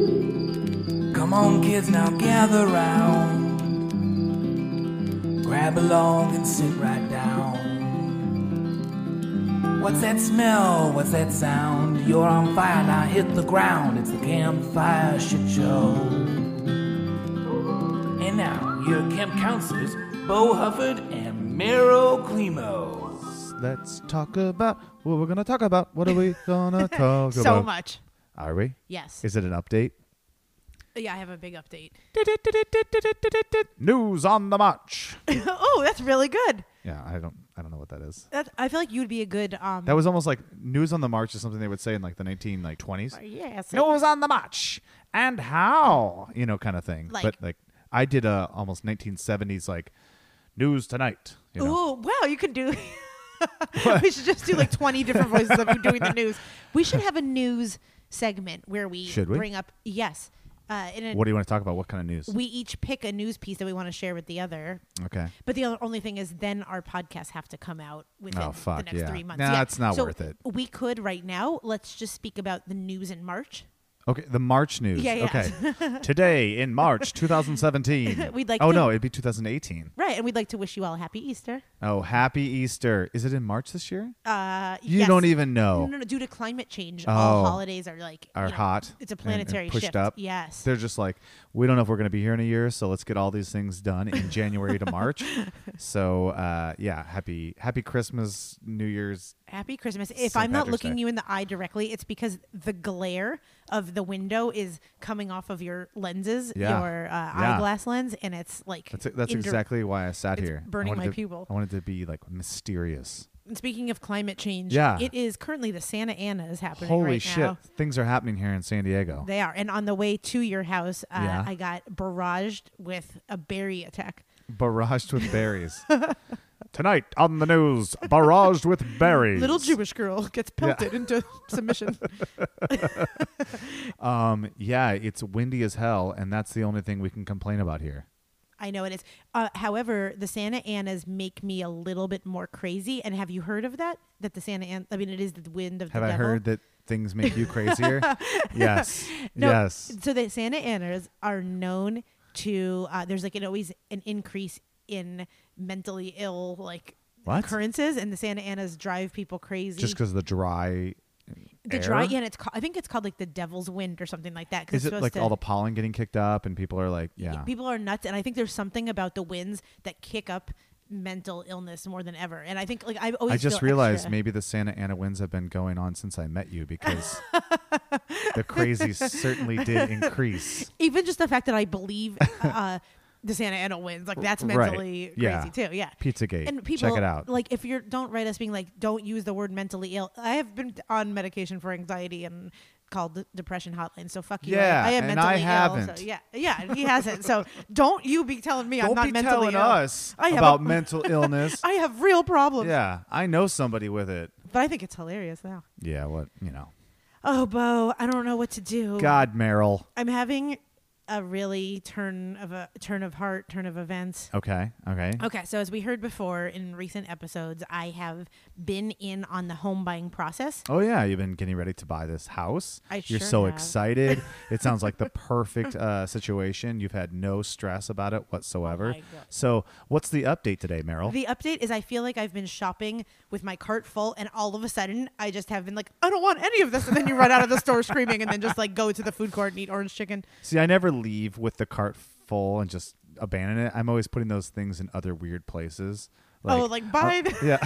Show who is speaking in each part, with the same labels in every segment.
Speaker 1: Come on, kids, now gather round. Grab along and sit right down. What's that smell? What's that sound? You're on fire, now hit the ground. It's the campfire shit show. And now, your camp counselors, Bo Hufford and Meryl Climo.
Speaker 2: Let's talk about what we're gonna talk about. What are we gonna talk
Speaker 3: So
Speaker 2: about?
Speaker 3: much.
Speaker 2: Are we?
Speaker 3: Yes.
Speaker 2: Is it an update?
Speaker 3: yeah, I have a big update.
Speaker 2: News on the march.
Speaker 3: oh, that's really good.
Speaker 2: yeah, I don't, I don't know what that is.
Speaker 3: That's, I feel like you'd be a good. Um,
Speaker 2: That was almost like news on the march is something they would say in like the nineteen like twenties.
Speaker 3: yes.
Speaker 2: News on the march and how you know kind of thing.
Speaker 3: Like-
Speaker 2: but like I did a almost nineteen seventies like news tonight. You know?
Speaker 3: Ooh, wow, you could do. we should just do like 20 different voices of you doing the news. We should have a news segment where we,
Speaker 2: Should we?
Speaker 3: bring up, yes. Uh, in a,
Speaker 2: What do you want to talk about? What kind of news?
Speaker 3: we each pick a news piece that we want to share with the other.
Speaker 2: okay.
Speaker 3: But the other, only thing is, then our podcasts have to come out within
Speaker 2: Oh, fuck,
Speaker 3: the next
Speaker 2: yeah.
Speaker 3: three months.
Speaker 2: Nah,
Speaker 3: yeah,
Speaker 2: it's not
Speaker 3: So
Speaker 2: worth it.
Speaker 3: We could right now. Let's just speak about the news in March.
Speaker 2: Okay, the March news.
Speaker 3: Yeah, yeah.
Speaker 2: Okay. Today in March 2017.
Speaker 3: We'd like
Speaker 2: Oh
Speaker 3: to-
Speaker 2: no, it'd be 2018.
Speaker 3: Right, and we'd like to wish you all a happy Easter.
Speaker 2: Oh, happy Easter. Is it in March this year?
Speaker 3: Uh,
Speaker 2: You
Speaker 3: yes.
Speaker 2: don't even know.
Speaker 3: No, no, no, due to climate change, all
Speaker 2: Oh.
Speaker 3: holidays are like
Speaker 2: Are
Speaker 3: you know,
Speaker 2: hot.
Speaker 3: It's a
Speaker 2: and- and
Speaker 3: planetary
Speaker 2: pushed
Speaker 3: shift.
Speaker 2: up.
Speaker 3: Yes.
Speaker 2: They're just like, we don't know if we're going to be here in a year, so let's get all these things done in January to March. So, uh, yeah, happy happy Christmas, New Year's.
Speaker 3: Happy Christmas. If
Speaker 2: St.
Speaker 3: I'm not
Speaker 2: Patrick's
Speaker 3: looking
Speaker 2: Day.
Speaker 3: you in the eye directly, it's because the glare of the window is coming off of your lenses,
Speaker 2: Yeah.
Speaker 3: your uh,
Speaker 2: Yeah.
Speaker 3: eyeglass lens, and it's like
Speaker 2: That's that's
Speaker 3: indir-
Speaker 2: exactly why I sat
Speaker 3: it's
Speaker 2: here. I
Speaker 3: burning
Speaker 2: wanted
Speaker 3: my
Speaker 2: to-
Speaker 3: pupil.
Speaker 2: I wanted to be like mysterious.
Speaker 3: And Speaking of climate change,
Speaker 2: Yeah.
Speaker 3: it is currently the Santa Ana is happening
Speaker 2: Holy
Speaker 3: right
Speaker 2: shit,
Speaker 3: now.
Speaker 2: things are happening here in San Diego.
Speaker 3: They are. And on the way to your house, uh,
Speaker 2: Yeah.
Speaker 3: I got barraged with a berry attack.
Speaker 2: barraged with berries. Tonight on the news, barraged with berries.
Speaker 3: Little Jewish girl gets pelted into submission.
Speaker 2: Um, yeah, it's windy as hell, and that's the only thing we can complain about here.
Speaker 3: I know it is. Uh, however, the Santa Anas make me a little bit more crazy. And have you heard of that? That the Santa Ana, I mean, it is the wind of
Speaker 2: Have
Speaker 3: the
Speaker 2: I
Speaker 3: devil.
Speaker 2: heard that things make you crazier? yes.
Speaker 3: No,
Speaker 2: Yes.
Speaker 3: So the Santa Anas are known to, uh, there's like an always an increase in mentally ill, like,
Speaker 2: What?
Speaker 3: occurrences. And the Santa Anas drive people crazy.
Speaker 2: Just because the dry.
Speaker 3: the
Speaker 2: air?
Speaker 3: dry, yeah, and it's ca- I think it's called like the devil's wind or something like that. 'cause
Speaker 2: Is
Speaker 3: it's
Speaker 2: it
Speaker 3: supposed
Speaker 2: like
Speaker 3: to-
Speaker 2: all the pollen getting kicked up, and people are like, yeah.
Speaker 3: people are nuts and i think there's something about the winds that kick up mental illness more than ever and i think like i've always
Speaker 2: I just
Speaker 3: feel
Speaker 2: realized
Speaker 3: extra-
Speaker 2: maybe the Santa Ana winds have been going on since I met you because the crazy certainly did increase.
Speaker 3: even just the fact that i believe uh the santa ana winds like that's
Speaker 2: Right.
Speaker 3: mentally crazy
Speaker 2: Yeah.
Speaker 3: too yeah
Speaker 2: Pizzagate.
Speaker 3: and people
Speaker 2: Check it out.
Speaker 3: like if you're don't write us being like don't use the word mentally ill i have been on medication for anxiety and called the depression hotline so fuck you I-
Speaker 2: Yeah,
Speaker 3: i, am
Speaker 2: and
Speaker 3: mentally
Speaker 2: I
Speaker 3: ill
Speaker 2: haven't.
Speaker 3: so yeah yeah and he hasn't so don't you be telling me i'm
Speaker 2: Don't
Speaker 3: not
Speaker 2: be
Speaker 3: mentally
Speaker 2: telling
Speaker 3: ill
Speaker 2: us
Speaker 3: I have
Speaker 2: about
Speaker 3: a-
Speaker 2: mental illness.
Speaker 3: i have real problems
Speaker 2: yeah, I know somebody with it.
Speaker 3: but i think it's hilarious now
Speaker 2: Yeah, what you know?
Speaker 3: Oh, Bo, I don't know what to do.
Speaker 2: God, Meryl.
Speaker 3: I'm having a really turn of a turn of heart, turn of events.
Speaker 2: Okay. Okay.
Speaker 3: Okay, so as we heard before in recent episodes, I have been in on the home buying process.
Speaker 2: Oh yeah, you've been getting ready to buy this house.
Speaker 3: I
Speaker 2: You're
Speaker 3: sure
Speaker 2: so
Speaker 3: have.
Speaker 2: excited. it sounds like the perfect uh, situation. You've had no stress about it whatsoever.
Speaker 3: Oh my God.
Speaker 2: so, what's the update today, Meryl?
Speaker 3: The update is I feel like I've been shopping with my cart full, and all of a sudden I just have been like, I don't want any of this. And then you run out of the store screaming, and then just like go to the food court and eat orange chicken.
Speaker 2: See, I never leave with the cart full and just abandon it. I'm always putting those things in other weird places.
Speaker 3: oh, like bye.
Speaker 2: yeah,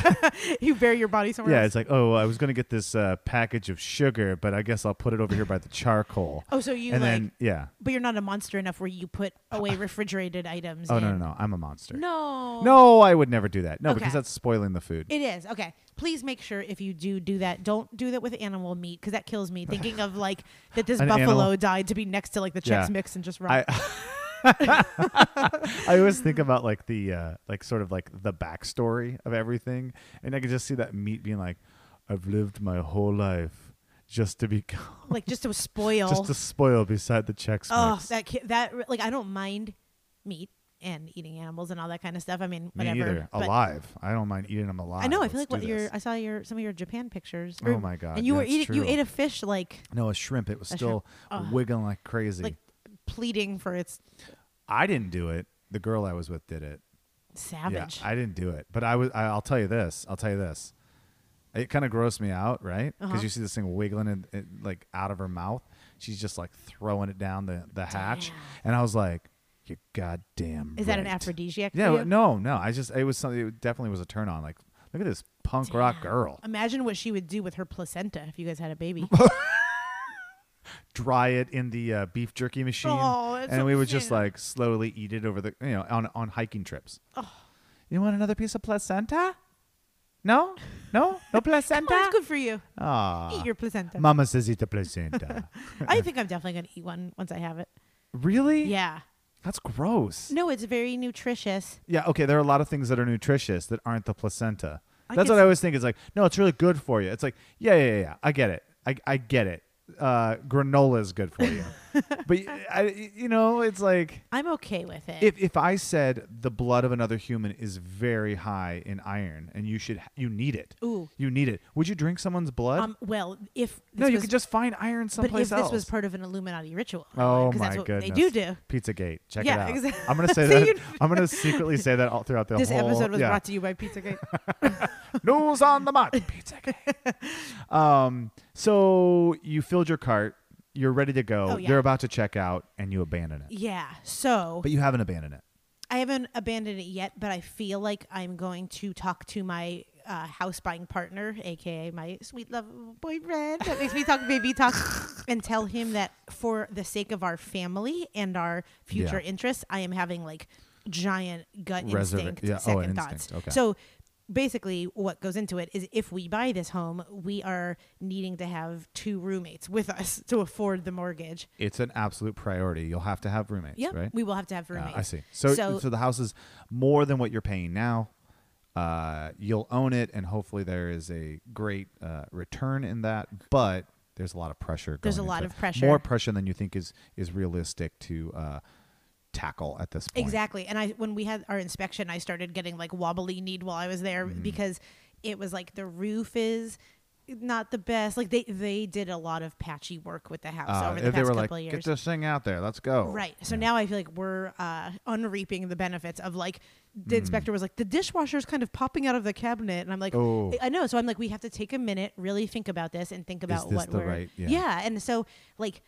Speaker 3: you bury your body somewhere
Speaker 2: yeah.
Speaker 3: else.
Speaker 2: It's like, oh, I was gonna get this uh, package of sugar, but I guess I'll put it over here by the charcoal.
Speaker 3: Oh, so you
Speaker 2: and
Speaker 3: like,
Speaker 2: then yeah.
Speaker 3: but you're not a monster enough where you put away refrigerated items.
Speaker 2: Oh
Speaker 3: in.
Speaker 2: no, no, no! I'm a monster.
Speaker 3: no,
Speaker 2: No, I would never do that. No,
Speaker 3: Okay.
Speaker 2: because that's spoiling the food.
Speaker 3: It is okay. Please make sure if you do do that, don't do that with animal meat because that kills me. Thinking of like that this
Speaker 2: An
Speaker 3: buffalo
Speaker 2: animal-
Speaker 3: died to be next to like the
Speaker 2: Yeah.
Speaker 3: Chex Mix and just rot.
Speaker 2: I I always think about like the uh, like sort of like the backstory of everything, and I can just see that meat being like, I've lived my whole life just to be
Speaker 3: like just to spoil.
Speaker 2: just to spoil beside the checks.
Speaker 3: oh, that ki- that like I don't mind meat and eating animals and all that kind of stuff. I mean,
Speaker 2: me
Speaker 3: whatever.
Speaker 2: either.
Speaker 3: but-
Speaker 2: Alive, I don't mind eating them alive.
Speaker 3: I know. I
Speaker 2: Let's
Speaker 3: feel like
Speaker 2: do
Speaker 3: what your
Speaker 2: this.
Speaker 3: I saw your some of your Japan pictures.
Speaker 2: Oh
Speaker 3: or-
Speaker 2: my God,
Speaker 3: And you were
Speaker 2: that's
Speaker 3: eating. You
Speaker 2: true.
Speaker 3: ate a fish like
Speaker 2: no a shrimp. It was
Speaker 3: A
Speaker 2: still
Speaker 3: shrimp. Ugh.
Speaker 2: wiggling like crazy.
Speaker 3: like pleading for its
Speaker 2: I didn't do it. The girl I was with did it.
Speaker 3: savage.
Speaker 2: Yeah, I didn't do it, but I was. I, I'll tell you this. I'll tell you this. It kind of grossed me out, right? Because
Speaker 3: Uh-huh.
Speaker 2: you see this thing wiggling and it, like out of her mouth. She's just like throwing it down the the hatch,
Speaker 3: Damn.
Speaker 2: and I was like, "You're goddamn."
Speaker 3: is that an
Speaker 2: right."
Speaker 3: aphrodisiac? for
Speaker 2: Yeah.
Speaker 3: you?
Speaker 2: No, no. I just it was something. It definitely was a turn on. Like, look at this punk rock girl.
Speaker 3: Imagine what she would do with her placenta if you guys had a baby.
Speaker 2: Dry it in the uh, beef jerky machine,
Speaker 3: Oh, that's
Speaker 2: and
Speaker 3: so
Speaker 2: we would just
Speaker 3: sad.
Speaker 2: like slowly eat it over the you know on on hiking trips.
Speaker 3: Oh.
Speaker 2: You want another piece of placenta? No, no, no placenta.
Speaker 3: Oh, That's good for you.
Speaker 2: Ah,
Speaker 3: eat your placenta.
Speaker 2: Mama says eat the placenta.
Speaker 3: I think I'm definitely gonna eat one once I have it.
Speaker 2: really?
Speaker 3: Yeah.
Speaker 2: That's gross.
Speaker 3: No, it's very nutritious.
Speaker 2: Yeah, okay, there are a lot of things that are nutritious that aren't the placenta.
Speaker 3: I
Speaker 2: That's
Speaker 3: guess-
Speaker 2: what I always think. It's like, no, it's really good for you. It's like, yeah, yeah, yeah, yeah. I get it. I, I get it. Uh, granola is good for you. but, I, you know, it's like,
Speaker 3: I'm okay with it.
Speaker 2: if, if I said the blood of another human is very high in iron and you should, you need it.
Speaker 3: Ooh.
Speaker 2: You need it. Would you drink someone's blood?
Speaker 3: um, well, if this
Speaker 2: no, you
Speaker 3: was-
Speaker 2: could just find iron
Speaker 3: But if
Speaker 2: someplace
Speaker 3: this
Speaker 2: else.
Speaker 3: was part of an Illuminati ritual,
Speaker 2: Oh
Speaker 3: 'cause
Speaker 2: my
Speaker 3: that's what
Speaker 2: goodness!
Speaker 3: They do do.
Speaker 2: Pizzagate. Check
Speaker 3: Yeah,
Speaker 2: it out.
Speaker 3: exact-
Speaker 2: I'm gonna say
Speaker 3: See,
Speaker 2: that.
Speaker 3: you-
Speaker 2: I'm gonna secretly say that all throughout the
Speaker 3: This
Speaker 2: whole.
Speaker 3: episode was
Speaker 2: yeah.
Speaker 3: brought to you by PizzaGate.
Speaker 2: News on the mud. Pizzagate. um. So you filled your cart. You're ready to go.
Speaker 3: Oh, yeah.
Speaker 2: You're about to check out, and you abandon it.
Speaker 3: yeah. So
Speaker 2: But you haven't abandoned it.
Speaker 3: I haven't abandoned it yet, but I feel like I'm going to talk to my uh, house buying partner, aka my sweet love boyfriend. That makes me talk baby talk, and tell him that for the sake of our family and our future
Speaker 2: Yeah.
Speaker 3: interests, I am having like giant gut
Speaker 2: Reserva-
Speaker 3: instinct
Speaker 2: yeah, oh,
Speaker 3: second
Speaker 2: an
Speaker 3: thoughts.
Speaker 2: instinct, okay.
Speaker 3: So basically, what goes into it is if we buy this home, we are needing to have two roommates with us to afford the mortgage.
Speaker 2: It's an absolute priority. You'll have to have roommates,
Speaker 3: Yep,
Speaker 2: right?
Speaker 3: we will have to have
Speaker 2: Uh,
Speaker 3: roommates.
Speaker 2: I see. So, so the house is more than what you're paying now. Uh, you'll own it, and hopefully there is a great uh, return in that. But there's a lot of pressure.
Speaker 3: There's
Speaker 2: going
Speaker 3: a lot
Speaker 2: into
Speaker 3: of
Speaker 2: it.
Speaker 3: pressure.
Speaker 2: More pressure than you think is is realistic to uh, tackle at this point.
Speaker 3: Exactly. And I when we had our inspection, I started getting like wobbly kneed while I was there
Speaker 2: Mm-hmm.
Speaker 3: because it was like the roof is not the best. Like they they did a lot of patchy work with the house
Speaker 2: Uh,
Speaker 3: over
Speaker 2: if
Speaker 3: the
Speaker 2: they
Speaker 3: past
Speaker 2: were
Speaker 3: couple
Speaker 2: like,
Speaker 3: of years.
Speaker 2: get this thing out there. Let's go.
Speaker 3: Right. So now I feel like we're uh, unreaping the benefits of like
Speaker 2: Mm.
Speaker 3: the inspector was like the dishwasher is kind of popping out of the cabinet, and I'm like,
Speaker 2: Oh.
Speaker 3: I know. So I'm like, we have to take a minute, really think about this, and think about
Speaker 2: this
Speaker 3: what
Speaker 2: the
Speaker 3: we're
Speaker 2: right- yeah.
Speaker 3: And so like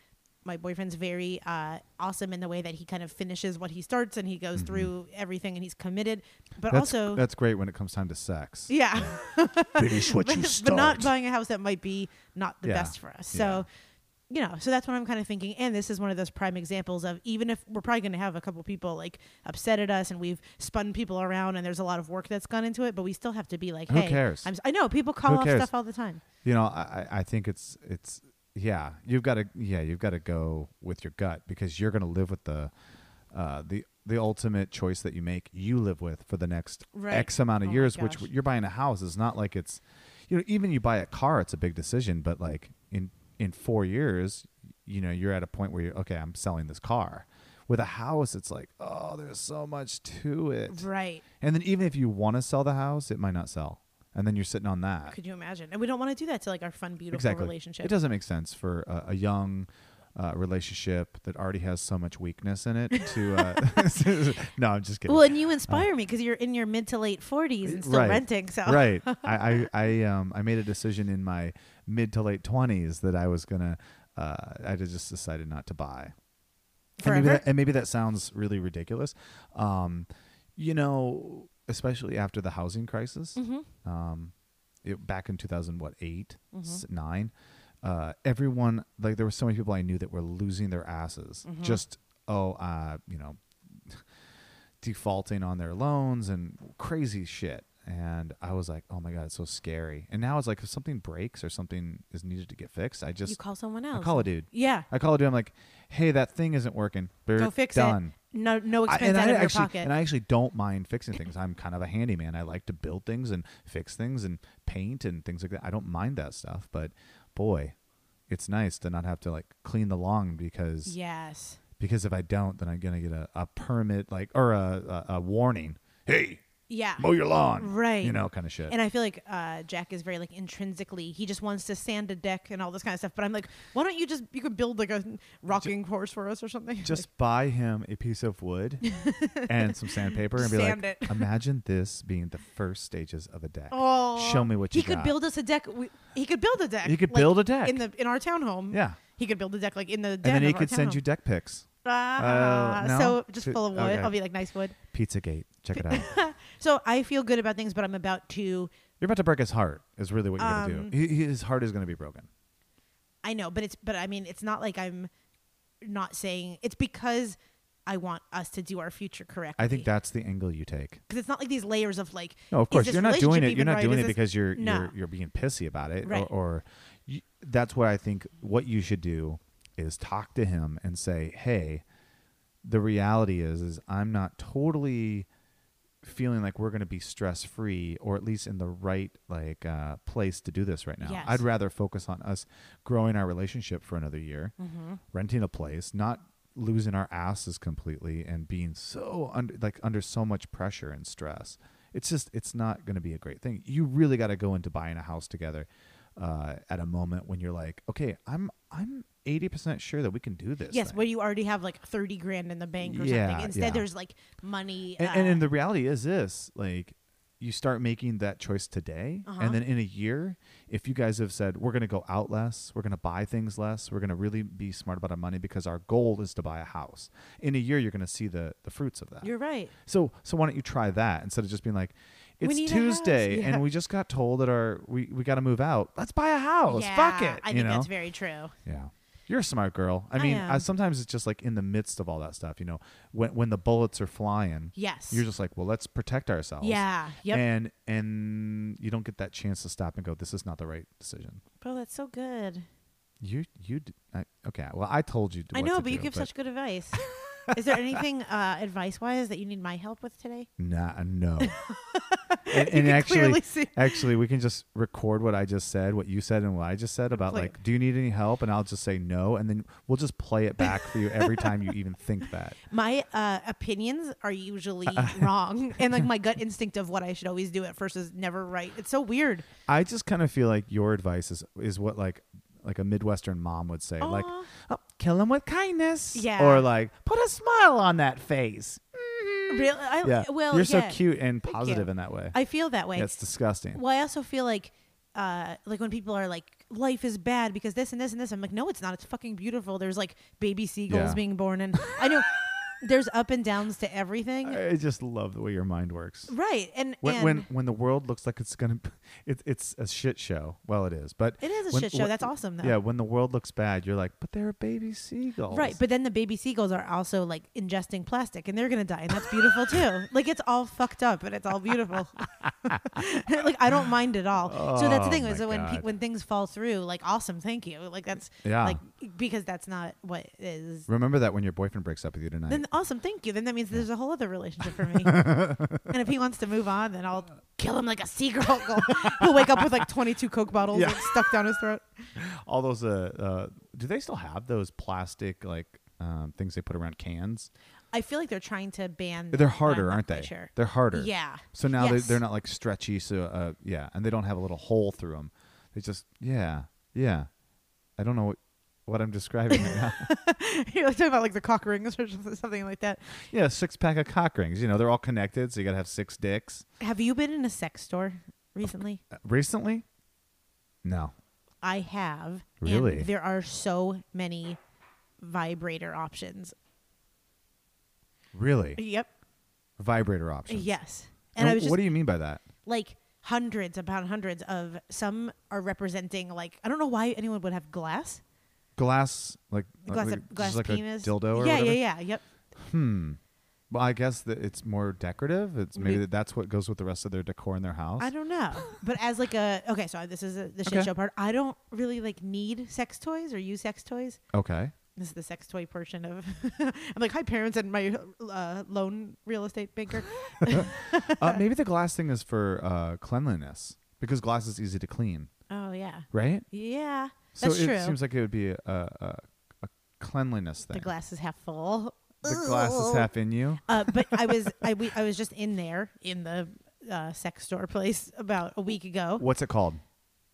Speaker 3: my boyfriend's very uh, awesome in the way that he kind of finishes what he starts and he goes through everything and he's committed, but
Speaker 2: Mm-hmm. That's,
Speaker 3: also
Speaker 2: that's great when it comes time to sex.
Speaker 3: yeah,
Speaker 2: Finish what
Speaker 3: but, but not buying a house that might be not the
Speaker 2: Yeah.
Speaker 3: best for us. So, you know, so that's what I'm kind of thinking. And this is one of those prime examples of even if we're probably going to have a couple people like upset at us and we've spun people around and there's a lot of work that's gone into it, but we still have to be like,
Speaker 2: Who
Speaker 3: hey,
Speaker 2: cares?
Speaker 3: I'm, s- I know people call
Speaker 2: Who
Speaker 3: off
Speaker 2: cares?
Speaker 3: stuff all the time.
Speaker 2: you know I, I I think it's it's yeah you've got to yeah you've got to go with your gut because you're going to live with the uh, the the ultimate choice that you make you live with for the next
Speaker 3: Right.
Speaker 2: x amount of
Speaker 3: Oh my
Speaker 2: years which
Speaker 3: gosh.
Speaker 2: you're buying a house is not like it's you know even you buy a car it's a big decision but like in in 4 years you know you're at a point where you're okay I'm selling this car With a house, it's like, oh, there's so much to it.
Speaker 3: Right.
Speaker 2: And then even if you want to sell the house, it might not sell. And then you're sitting on that.
Speaker 3: Could you imagine? And we don't want to do that to like our fun, beautiful
Speaker 2: exactly.
Speaker 3: relationship.
Speaker 2: It doesn't make sense for uh, a young uh, relationship that already has so much weakness in it to. Uh, no, I'm just kidding.
Speaker 3: Well, and you inspire me because you're in your mid to late 40s and still
Speaker 2: Uh, Right.
Speaker 3: renting. So
Speaker 2: right. I, I, I, um, I made a decision in my mid to late 20s that I was going to, uh, I just decided not to buy. And maybe,
Speaker 3: Forever?
Speaker 2: that, and maybe that sounds really ridiculous. Um, you know, especially after the housing crisis,
Speaker 3: Mm-hmm.
Speaker 2: um, it, back in 2000, what, 8
Speaker 3: Mm-hmm.
Speaker 2: S- nine, uh, everyone, like there were so many people I knew that were losing their asses.
Speaker 3: Mm-hmm.
Speaker 2: Just, oh, uh, you know, defaulting on their loans and crazy shit. And I was like, oh my God, it's so scary. And now it's like if something breaks or something is needed to get fixed, I just
Speaker 3: you call someone
Speaker 2: I
Speaker 3: else.
Speaker 2: call a dude.
Speaker 3: yeah.
Speaker 2: I call a dude. I'm like, hey, that thing isn't working. Brr,
Speaker 3: Go fix
Speaker 2: done.
Speaker 3: it. No, no
Speaker 2: I-
Speaker 3: expense out of
Speaker 2: actually,
Speaker 3: your pocket.
Speaker 2: and I actually don't mind fixing things. I'm kind of a handyman. I like to build things and fix things and paint and things like that. I don't mind that stuff, but boy, it's nice to not have to like clean the lawn because
Speaker 3: yes.
Speaker 2: because if I don't, then I'm gonna get a, a permit like or a, a, a warning. Hey,
Speaker 3: Yeah.
Speaker 2: mow your lawn,
Speaker 3: Right.
Speaker 2: You know, kind of shit.
Speaker 3: And I feel like uh, Jack is very like intrinsically he just wants to sand a deck and all this kind of stuff. But I'm like, why don't you just you could build like a rocking horse for us or something?
Speaker 2: just buy him a piece of wood and some sandpaper and be
Speaker 3: Sand
Speaker 2: like,
Speaker 3: it.
Speaker 2: imagine this being the first stages of a deck.
Speaker 3: oh,
Speaker 2: Show me what
Speaker 3: he
Speaker 2: you
Speaker 3: could
Speaker 2: got."
Speaker 3: build us a deck. We, he could build a deck.
Speaker 2: He could
Speaker 3: like,
Speaker 2: build a deck.
Speaker 3: in the in our townhome.
Speaker 2: Yeah.
Speaker 3: he could build a deck like in the.
Speaker 2: and
Speaker 3: den
Speaker 2: then he
Speaker 3: of our
Speaker 2: could send
Speaker 3: townhome.
Speaker 2: you deck pics.
Speaker 3: Ah,
Speaker 2: no?
Speaker 3: so just
Speaker 2: Fi-
Speaker 3: full of wood.
Speaker 2: okay.
Speaker 3: I'll be like nice wood.
Speaker 2: Pizzagate. Check it out.
Speaker 3: So I feel good about things, but I'm about to.
Speaker 2: you're about to break his heart, is really what you're
Speaker 3: Um,
Speaker 2: going to do. He, he- his heart is going to be broken.
Speaker 3: I know, but it's but I mean, it's not like I'm not saying it's because I want us to do our future correctly.
Speaker 2: I think that's the angle you take.
Speaker 3: because it's not like these layers of like.
Speaker 2: No, of
Speaker 3: is
Speaker 2: course
Speaker 3: this
Speaker 2: you're not doing
Speaker 3: relationship
Speaker 2: it. You're
Speaker 3: even
Speaker 2: not
Speaker 3: right?
Speaker 2: doing
Speaker 3: Is
Speaker 2: it
Speaker 3: this-
Speaker 2: because you're
Speaker 3: No.
Speaker 2: you're you're being pissy about it,
Speaker 3: Right.
Speaker 2: or, or you, that's what I think. What you should do is talk to him and say, "Hey, the reality is, is I'm not totally feeling like we're going to be stress free, or at least in the right like uh, place to do this right now.
Speaker 3: Yes.
Speaker 2: I'd rather focus on us growing our relationship for another year,
Speaker 3: Mm-hmm.
Speaker 2: renting a place, not." losing our asses completely and being so under like under so much pressure and stress it's just it's not going to be a great thing you really got to go into buying a house together uh, at a moment when you're like okay i'm i'm 80% sure that we can do this
Speaker 3: yes,
Speaker 2: thing.
Speaker 3: where you already have like thirty grand in the bank or
Speaker 2: Yeah,
Speaker 3: something. Instead,
Speaker 2: yeah.
Speaker 3: there's like money.
Speaker 2: and,
Speaker 3: uh,
Speaker 2: and, and the reality is this like you start making that choice today
Speaker 3: Uh-huh.
Speaker 2: and then in a year if you guys have said we're going to go out less we're going to buy things less we're going to really be smart about our money because our goal is to buy a house in a year you're going to see the the fruits of that
Speaker 3: you're right.
Speaker 2: So so why don't you try that instead of just being like,
Speaker 3: We
Speaker 2: it's
Speaker 3: need a
Speaker 2: Tuesday
Speaker 3: house." Yeah.
Speaker 2: and we just got told that our we, we got to move out. Let's buy a house.
Speaker 3: yeah,
Speaker 2: Oh, Fuck it.
Speaker 3: I
Speaker 2: you
Speaker 3: think
Speaker 2: know?
Speaker 3: that's very true.
Speaker 2: yeah. You're a smart girl. I
Speaker 3: I
Speaker 2: mean,
Speaker 3: am.
Speaker 2: I sometimes it's just like in the midst of all that stuff, you know, when when the bullets are flying,
Speaker 3: Yes.
Speaker 2: you're just like, well, let's protect ourselves.
Speaker 3: Yeah. Yep.
Speaker 2: And and you don't get that chance to stop and go, this is not the right decision.
Speaker 3: Bro, that's so good.
Speaker 2: You you d I okay. Well, I told you.
Speaker 3: I
Speaker 2: what
Speaker 3: know,
Speaker 2: to
Speaker 3: but you
Speaker 2: do,
Speaker 3: give such good advice. Is there anything uh, advice wise that you need my help with today?
Speaker 2: Nah, no. and
Speaker 3: can
Speaker 2: and actually,
Speaker 3: clearly see.
Speaker 2: actually, we can just record what I just said, what you said, and what I just said about
Speaker 3: Play-
Speaker 2: like, do you need any help? And I'll just say no, and then we'll just play it back for you every time you even think that.
Speaker 3: My uh, opinions are usually
Speaker 2: Uh-uh.
Speaker 3: wrong, and like my gut instinct of what I should always do at first is never right. It's so weird.
Speaker 2: I just kind of feel like your advice is is what like like a midwestern mom would say, like,
Speaker 3: Aw.
Speaker 2: oh, kill him with kindness,
Speaker 3: Yeah.
Speaker 2: or like put a smile on that face.
Speaker 3: Really, I,
Speaker 2: Yeah,
Speaker 3: Well,
Speaker 2: you're so
Speaker 3: Oh, yeah.
Speaker 2: cute and
Speaker 3: Thank you.
Speaker 2: positive in that way.
Speaker 3: I feel that way.
Speaker 2: That's disgusting.
Speaker 3: Well, I also feel like, uh, like when people are like, life is bad because this and this and this. I'm like, no, it's not. It's fucking beautiful. There's like baby seagulls
Speaker 2: Yeah.
Speaker 3: being born, and I know there's up and downs to everything.
Speaker 2: I just love the way your mind works.
Speaker 3: right, and
Speaker 2: when,
Speaker 3: and
Speaker 2: when when the world looks like it's gonna it, it's a shit show well it is but
Speaker 3: It is a
Speaker 2: when-
Speaker 3: shit show.
Speaker 2: when-
Speaker 3: That's awesome, though.
Speaker 2: yeah when the world looks bad you're like but they're baby seagulls
Speaker 3: Right, but then the baby seagulls are also like ingesting plastic, and they're gonna die, and that's beautiful too. like it's all fucked up, and it's all beautiful. like I don't mind at all. so that's the
Speaker 2: Oh,
Speaker 3: thing is
Speaker 2: my
Speaker 3: that when pe-
Speaker 2: God.
Speaker 3: when things fall through, like awesome, thank you. Like that's
Speaker 2: Yeah.
Speaker 3: like because that's not what is.
Speaker 2: remember that when your boyfriend breaks up with you tonight
Speaker 3: Then awesome, thank you. Then that means there's a whole other relationship for me. and if he wants to move on, then I'll kill him like a seagull. He'll wake up with like 22 Coke bottles
Speaker 2: Yeah.
Speaker 3: like, stuck down his throat.
Speaker 2: all those uh, uh do they still have those plastic like um, things they put around cans.
Speaker 3: I feel like they're trying to ban.
Speaker 2: They're
Speaker 3: that, but I'm
Speaker 2: harder,
Speaker 3: not
Speaker 2: aren't
Speaker 3: quite
Speaker 2: they?
Speaker 3: sure.
Speaker 2: They're harder.
Speaker 3: Yeah.
Speaker 2: So now
Speaker 3: Yes.
Speaker 2: they're, they're not like stretchy. So uh, yeah, and they don't have a little hole through them. They just yeah yeah. I don't know what, what I'm describing right now.
Speaker 3: You're like talking about like the cock rings or something like that.
Speaker 2: Yeah, six pack of cock rings. You know they're all connected, so you gotta have six dicks.
Speaker 3: Have you been in a sex store recently?
Speaker 2: Uh, Recently, no.
Speaker 3: I have. and
Speaker 2: Really?
Speaker 3: there are so many vibrator options.
Speaker 2: Really,
Speaker 3: Yep.
Speaker 2: vibrator options.
Speaker 3: Yes.
Speaker 2: And
Speaker 3: And I was just
Speaker 2: what do you mean by that?
Speaker 3: like hundreds upon hundreds of some are representing like I don't know why anyone would have glass.
Speaker 2: Glass, like
Speaker 3: Glass
Speaker 2: like,
Speaker 3: of glass
Speaker 2: just like
Speaker 3: penis.
Speaker 2: a dildo, or
Speaker 3: yeah,
Speaker 2: whatever?
Speaker 3: yeah, yeah. Yep.
Speaker 2: Well, I guess that it's more decorative. It's maybe
Speaker 3: Maybe-
Speaker 2: that that's what goes with the rest of their decor in their house.
Speaker 3: I don't know. But as like a okay, so this is a, the shit
Speaker 2: Okay.
Speaker 3: show part. I don't really like need sex toys or use sex toys.
Speaker 2: okay.
Speaker 3: This is the sex toy portion of. I'm like, hi parents and my uh, loan real estate banker.
Speaker 2: Uh, maybe the glass thing is for uh, cleanliness because glass is easy to clean,
Speaker 3: oh yeah,
Speaker 2: right?
Speaker 3: yeah, that's
Speaker 2: so it
Speaker 3: true.
Speaker 2: seems like it would be a, a, a, a cleanliness thing.
Speaker 3: the glass is half full.
Speaker 2: The glass is half in you.
Speaker 3: Uh, but I was I we, I was just in there in the uh, sex store place about a week ago.
Speaker 2: What's it called?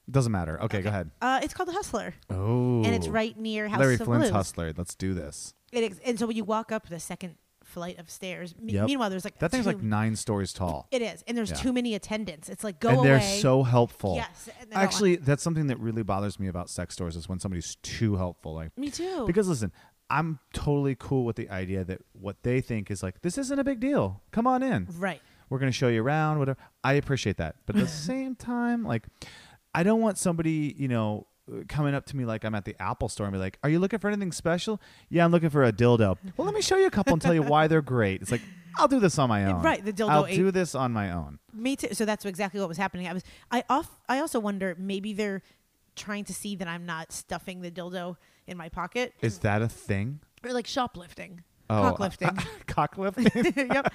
Speaker 2: Doesn't matter. Okay, go ahead.
Speaker 3: Uh, it's called the Hustler,
Speaker 2: Oh,
Speaker 3: and it's right near House
Speaker 2: Larry
Speaker 3: of
Speaker 2: Flynn's
Speaker 3: Blues.
Speaker 2: Hustler. Let's do this.
Speaker 3: It ex- and so when you walk up the second flight of stairs, me-
Speaker 2: Yep.
Speaker 3: meanwhile there's like
Speaker 2: That thing's
Speaker 3: two-
Speaker 2: like nine stories tall.
Speaker 3: It is, and there's
Speaker 2: Yeah.
Speaker 3: too many attendants. It's like go
Speaker 2: and they're
Speaker 3: away.
Speaker 2: so helpful.
Speaker 3: Yes, and they don't
Speaker 2: Actually, that's something that really bothers me about sex stores is when somebody's too helpful. Like
Speaker 3: Me too.
Speaker 2: Because listen, I'm totally cool with the idea that what they think is like this isn't a big deal. Come on in.
Speaker 3: right.
Speaker 2: We're going to show you around, whatever. I appreciate that. But at the same time, like I don't want somebody, you know, coming up to me like I'm at the Apple store and be like, "Are you looking for anything special?" "Yeah, I'm looking for a dildo." "Well, let me show you a couple and tell you why they're great." It's like, "I'll do this on my own."
Speaker 3: Right, the dildo
Speaker 2: I'll
Speaker 3: ape-
Speaker 2: do this on my own.
Speaker 3: Me too. So that's exactly what was happening. I was I off I also wonder maybe they're trying to see that I'm not stuffing the dildo in my pocket.
Speaker 2: Is that a thing?
Speaker 3: or like shoplifting.
Speaker 2: Oh,
Speaker 3: Cocklifting.
Speaker 2: Cocklifting?
Speaker 3: yep.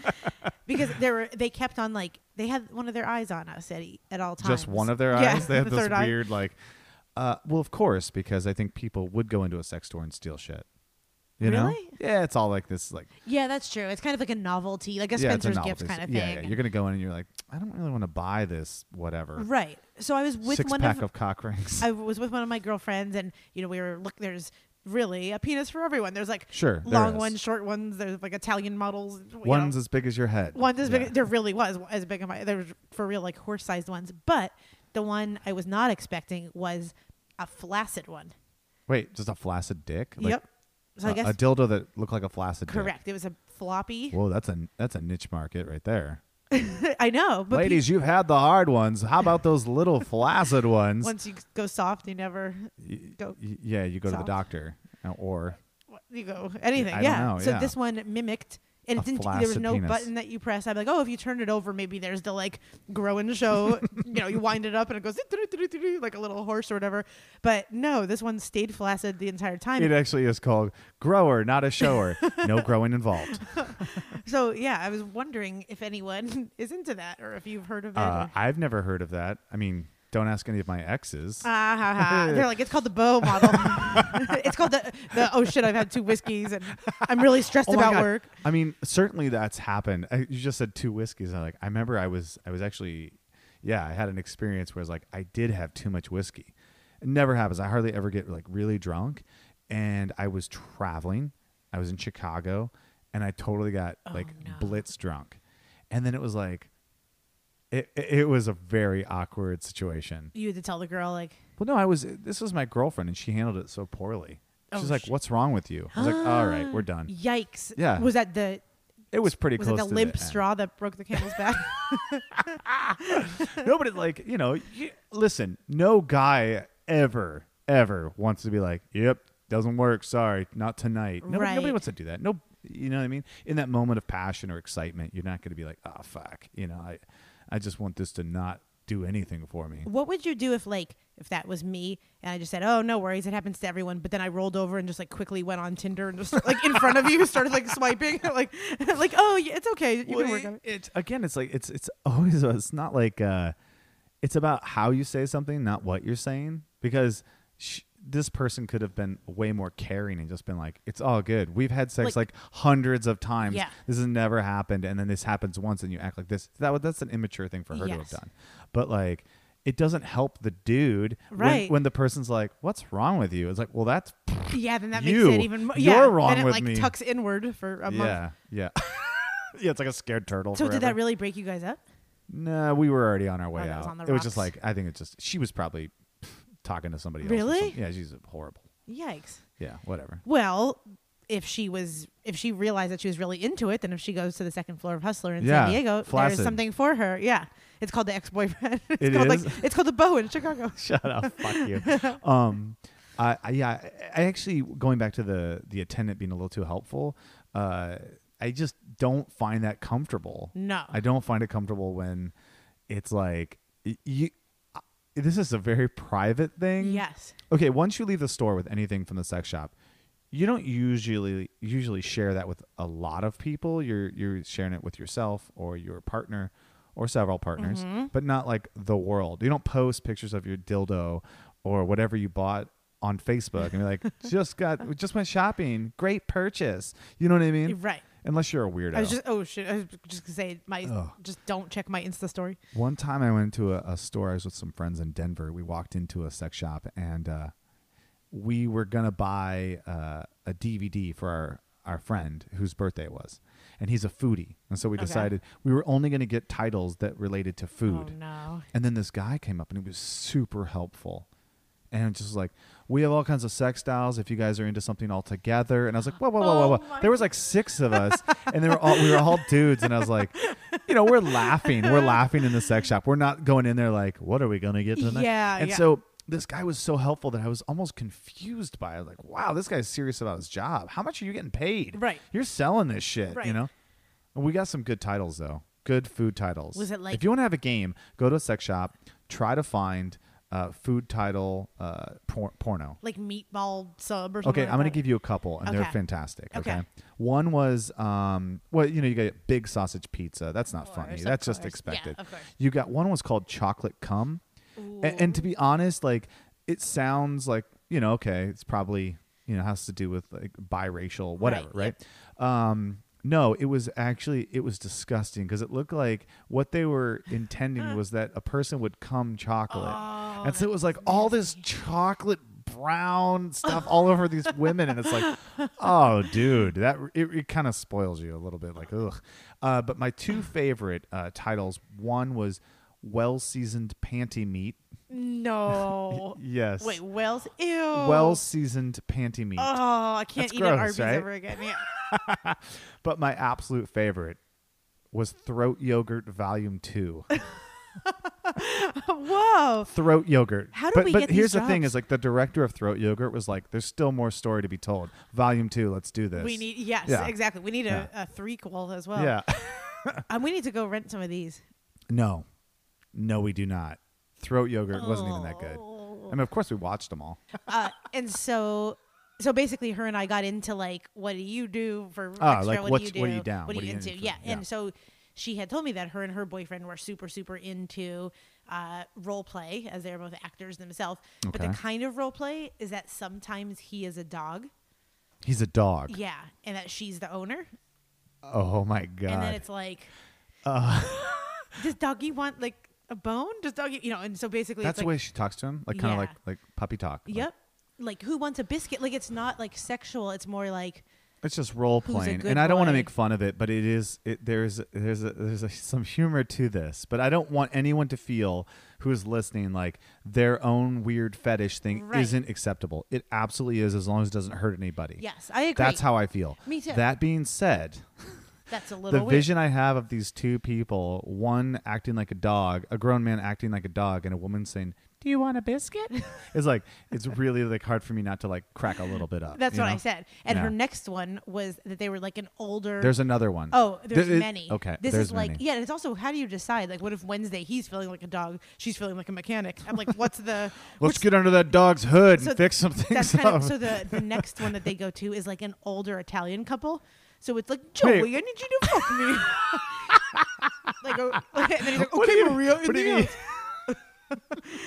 Speaker 3: Because they were they kept on like they had one of their eyes on us at e- at all times.
Speaker 2: Just one of their
Speaker 3: Yeah,
Speaker 2: eyes. They have
Speaker 3: the
Speaker 2: this
Speaker 3: third eye.
Speaker 2: weird like. Uh, well, of course, because I think people would go into a sex store and steal shit. You know?
Speaker 3: Really?
Speaker 2: Yeah, it's all like this, like
Speaker 3: Yeah, that's true. It's kind of like a novelty, like
Speaker 2: yeah,
Speaker 3: a
Speaker 2: it's a
Speaker 3: Spencer's
Speaker 2: novelty.
Speaker 3: gift kind of thing.
Speaker 2: Yeah, yeah, you're gonna go in and you're like, I don't really want to buy this, whatever.
Speaker 3: right. So I was with
Speaker 2: Six
Speaker 3: one
Speaker 2: pack
Speaker 3: of
Speaker 2: of, cock rings.
Speaker 3: I was with one of my girlfriends, and you know, we were look. There's really a penis for everyone. There's like
Speaker 2: Sure, there
Speaker 3: long
Speaker 2: is.
Speaker 3: ones, short ones. There's like Italian models. you
Speaker 2: One's
Speaker 3: know.
Speaker 2: as big as your head.
Speaker 3: one's as big.
Speaker 2: Yeah.
Speaker 3: There really was as big as my. There was for real like horse sized ones, but the one I was not expecting was a flaccid one.
Speaker 2: Wait, just a flaccid dick? Like,
Speaker 3: yep. So
Speaker 2: a,
Speaker 3: I guess
Speaker 2: a dildo that looked like a flaccid. dick.
Speaker 3: correct. It was a floppy.
Speaker 2: Whoa, that's a that's a niche market right there.
Speaker 3: I know, but
Speaker 2: Ladies, you've had the hard ones. How about those little flaccid
Speaker 3: pe-
Speaker 2: ones?
Speaker 3: once you go soft, you never go.
Speaker 2: Y- yeah, you go to
Speaker 3: Soft.
Speaker 2: the doctor uh, or
Speaker 3: you go anything.
Speaker 2: I don't
Speaker 3: yeah.
Speaker 2: know,
Speaker 3: so
Speaker 2: yeah.
Speaker 3: this one mimicked. And
Speaker 2: A
Speaker 3: it didn't, there was
Speaker 2: flaccid
Speaker 3: no
Speaker 2: penis.
Speaker 3: button that you press. I'm like, oh, if you turn it over, maybe there's the like grow and show. you know, you wind it up and it goes like a little horse or whatever. But no, this one stayed flaccid the entire time.
Speaker 2: It uh, actually is called grower, not a shower. no growing involved.
Speaker 3: so yeah, I was wondering if anyone is into that or if you've heard of it.
Speaker 2: Uh,
Speaker 3: or-
Speaker 2: I've never heard of that. I mean, don't ask any of my exes.
Speaker 3: Ah, ha, ha. They're like, it's called the bow model. it's called the, the oh shit, I've had two whiskeys and I'm really stressed
Speaker 2: Oh my
Speaker 3: about
Speaker 2: God.
Speaker 3: work.
Speaker 2: I mean, certainly that's happened. I, you just said two whiskeys. I like. I remember I was I was actually, yeah, I had an experience where I was like, I did have too much whiskey. It never happens. I hardly ever get like really drunk, and I was traveling. I was in Chicago, and I totally got
Speaker 3: Oh,
Speaker 2: like blitz drunk, and then it was like, it it it was a very awkward situation.
Speaker 3: You had to tell the girl like,
Speaker 2: Well, no, I was. This was my girlfriend, and she handled it so poorly.
Speaker 3: Oh,
Speaker 2: She's like,
Speaker 3: sh-
Speaker 2: "What's wrong with you?" I was like, "All right, we're done."
Speaker 3: yikes.
Speaker 2: Yeah.
Speaker 3: Was that the
Speaker 2: It was pretty
Speaker 3: was it
Speaker 2: close
Speaker 3: the
Speaker 2: to
Speaker 3: limp
Speaker 2: the end.
Speaker 3: straw that broke the camel's back?
Speaker 2: no, but it's like you know, you, listen. No guy ever ever wants to be like, "Yep, doesn't work. Sorry, not tonight." Nobody,
Speaker 3: Right.
Speaker 2: nobody wants to do that. No, you know what I mean. In that moment of passion or excitement, you're not going to be like, "Oh fuck," you know. I, I just want this to not do anything for me.
Speaker 3: what would you do if like if that was me and I just said, "Oh, no worries, it happens to everyone," but then I rolled over and just like quickly went on Tinder and just like in front of you started like swiping like like, "Oh, yeah, it's okay. You
Speaker 2: Well,
Speaker 3: can work on it."
Speaker 2: It's again, it's like it's it's always it's not like uh, it's about how you say something, not what you're saying, because sh- this person could have been way more caring and just been like, "It's all good. We've had sex
Speaker 3: Like-
Speaker 2: like, hundreds of times.
Speaker 3: Yeah.
Speaker 2: This has never happened." And then this happens once, and you act like this. That would- that's an immature thing for her to have
Speaker 3: Yes.
Speaker 2: done. But like, it doesn't help the dude when-
Speaker 3: Right.
Speaker 2: when, the person's like, "What's wrong with you?" It's like, "Well, that's
Speaker 3: Yeah, then that
Speaker 2: You.
Speaker 3: makes it even more.
Speaker 2: You're
Speaker 3: yeah,
Speaker 2: wrong
Speaker 3: then it
Speaker 2: with
Speaker 3: like
Speaker 2: me.
Speaker 3: tucks inward for a month.
Speaker 2: yeah, yeah." Yeah, it's like a scared turtle.
Speaker 3: So did
Speaker 2: forever.
Speaker 3: that really break you guys up?
Speaker 2: No, we were already on our way
Speaker 3: Oh, that
Speaker 2: out.
Speaker 3: was on the
Speaker 2: it was just
Speaker 3: rocks.
Speaker 2: like I think it's just she was probably talking to somebody else. or
Speaker 3: Really?
Speaker 2: something. Yeah, she's horrible.
Speaker 3: Yikes.
Speaker 2: Yeah, whatever.
Speaker 3: Well, if she was, if she realized that she was really into it, then if she goes to the second floor of Hustler in
Speaker 2: Yeah,
Speaker 3: San Diego,
Speaker 2: flaccid.
Speaker 3: there's something for her. Yeah, it's called the ex-boyfriend. it's
Speaker 2: It
Speaker 3: called
Speaker 2: is?
Speaker 3: like it's called the bow in Chicago.
Speaker 2: Shut up, fuck you. Um, I, I yeah, I I actually going back to the the attendant being a little too helpful. Uh, I just don't find that comfortable.
Speaker 3: No.
Speaker 2: I don't find it comfortable when it's like y- you. I- This is a very private thing.
Speaker 3: Yes.
Speaker 2: Okay, once you leave the store with anything from the sex shop, you don't usually usually share that with a lot of people. You're you're sharing it with yourself or your partner or several partners,
Speaker 3: Mm-hmm.
Speaker 2: but not like the world. You don't post pictures of your dildo or whatever you bought on Facebook and be like, "Just got just went shopping. Great purchase." You know what I mean?
Speaker 3: Right.
Speaker 2: Unless you're a weirdo.
Speaker 3: I was just oh shit. I was just gonna say my
Speaker 2: Ugh.
Speaker 3: just don't check my Insta story.
Speaker 2: One time I went to a, a store. I was with some friends in Denver. We walked into a sex shop and uh, we were going to buy uh, a DVD for our, our friend whose birthday it was. And he's a foodie. And so we
Speaker 3: Okay.
Speaker 2: decided we were only going to get titles that related to food.
Speaker 3: Oh no.
Speaker 2: And then this guy came up and he was super helpful. And just like, we have all kinds of sex styles. If you guys are into something all together, and I was like, whoa, whoa, whoa, whoa,
Speaker 3: Oh
Speaker 2: whoa.
Speaker 3: my
Speaker 2: There was like six of us, and they were all we were all dudes, and I was like, you know, we're laughing, we're laughing in the sex shop. We're not going in there like, what are we gonna get tonight?
Speaker 3: Yeah,
Speaker 2: And
Speaker 3: yeah.
Speaker 2: so this guy was so helpful that I was almost confused by it. Like, wow, this guy's serious about his job. How much are you getting paid?
Speaker 3: Right.
Speaker 2: You're selling this shit. You
Speaker 3: Right.
Speaker 2: know. And we got some good titles though. Good food titles.
Speaker 3: Was it like-
Speaker 2: If you want to have a game, go to a sex shop, try to find uh, food title uh, por- porno.
Speaker 3: Like meatball sub or something.
Speaker 2: Okay,
Speaker 3: like
Speaker 2: I'm gonna
Speaker 3: that.
Speaker 2: give you a couple, and they're
Speaker 3: Okay.
Speaker 2: fantastic. Okay?
Speaker 3: Okay.
Speaker 2: one was um, well, you know, you get big sausage pizza. That's not
Speaker 3: Of
Speaker 2: funny.
Speaker 3: course,
Speaker 2: That's
Speaker 3: of
Speaker 2: just
Speaker 3: course. Yeah,
Speaker 2: expected.
Speaker 3: of course.
Speaker 2: You got one was called chocolate cum, A- and, to be honest, like it sounds like you know, okay, it's probably you know has to do with like biracial, whatever, right?
Speaker 3: yep.
Speaker 2: Um, no, it was actually it was disgusting because it looked like what they were intending was that a person would cum chocolate, and so it was like all this chocolate brown stuff all over these women, and it's like, oh, dude, that it, it kind of spoils you a little bit, like ugh. Uh, but my two favorite uh, titles, one was well seasoned panty meat.
Speaker 3: No.
Speaker 2: Yes.
Speaker 3: Wait, Wells. Ew.
Speaker 2: Well seasoned panty meat.
Speaker 3: Oh, I can't
Speaker 2: That's
Speaker 3: eat
Speaker 2: gross,
Speaker 3: at Arby's
Speaker 2: right?
Speaker 3: ever again. Yeah.
Speaker 2: But my absolute favorite was Throat Yogurt Volume 2.
Speaker 3: Whoa.
Speaker 2: Throat Yogurt.
Speaker 3: How do
Speaker 2: but
Speaker 3: we
Speaker 2: but
Speaker 3: get these
Speaker 2: here's the thing
Speaker 3: jobs?
Speaker 2: is like the director of Throat Yogurt was like there's still more story to be told. Volume 2, let's do this.
Speaker 3: We need yes,
Speaker 2: Yeah.
Speaker 3: exactly. We need a,
Speaker 2: Yeah.
Speaker 3: a threequel as well.
Speaker 2: Yeah.
Speaker 3: and we need to go rent some of these.
Speaker 2: no. No, we do not. Throat Yogurt wasn't even that good. I mean, of course we watched them all.
Speaker 3: Uh, and so, so basically, her and I got into like, what do you do for
Speaker 2: Ah,
Speaker 3: extra?
Speaker 2: like,
Speaker 3: what,
Speaker 2: what's-
Speaker 3: do you do?
Speaker 2: what are you down?
Speaker 3: What are you into? Yeah.
Speaker 2: Yeah.
Speaker 3: And so, she had told me that her and her boyfriend were super, super into uh, role play, as they're both actors themselves. But the
Speaker 2: Okay.
Speaker 3: kind of role play is that sometimes he is a dog.
Speaker 2: He's a dog.
Speaker 3: Yeah, and that she's the owner,
Speaker 2: Oh my god. Uh.
Speaker 3: and then it's like, does doggy want like a bone? Does doggy, you know? And so basically,
Speaker 2: That's
Speaker 3: it's
Speaker 2: the
Speaker 3: like,
Speaker 2: way she talks to him, like kind of
Speaker 3: Yeah.
Speaker 2: like like puppy talk. Like,
Speaker 3: Yep. Like who wants a biscuit? Like it's not like sexual. It's more like
Speaker 2: It's just role
Speaker 3: Who's a
Speaker 2: playing,
Speaker 3: good
Speaker 2: and I don't want to
Speaker 3: boy?
Speaker 2: make fun of it, but it is it, there's there's a, there's a, some humor to this, but I don't want anyone to feel who is listening like their own weird fetish thing
Speaker 3: Right.
Speaker 2: isn't acceptable. It absolutely is, as long as it doesn't hurt anybody.
Speaker 3: yes, I agree.
Speaker 2: that's how I feel.
Speaker 3: Me too.
Speaker 2: That being said,
Speaker 3: That's a
Speaker 2: the
Speaker 3: little weird.
Speaker 2: vision I have of these two people, one acting like a dog, a grown man acting like a dog, and a woman saying, "Do you want a biscuit?" is like it's really like hard for me not to like crack a little bit up.
Speaker 3: That's
Speaker 2: you
Speaker 3: what
Speaker 2: know?
Speaker 3: I said. And
Speaker 2: Yeah.
Speaker 3: her next one was that they were like an older.
Speaker 2: There's another one.
Speaker 3: oh, there's
Speaker 2: There- it-
Speaker 3: many.
Speaker 2: Okay,
Speaker 3: This
Speaker 2: there's
Speaker 3: is like
Speaker 2: many.
Speaker 3: yeah. And it's also how do you decide? Like, what if Wednesday he's feeling like a dog, she's feeling like a mechanic? I'm like, what's the
Speaker 2: Let's get under that dog's hood
Speaker 3: So
Speaker 2: and fix some things
Speaker 3: that's kind
Speaker 2: up.
Speaker 3: of so the the next one that they go to is like an older Italian couple. So it's like Joey, I need you to fuck me. like, oh, and then he's like,
Speaker 2: What do
Speaker 3: okay,
Speaker 2: you-
Speaker 3: Maria,
Speaker 2: what do
Speaker 3: in the
Speaker 2: you
Speaker 3: house."
Speaker 2: mean?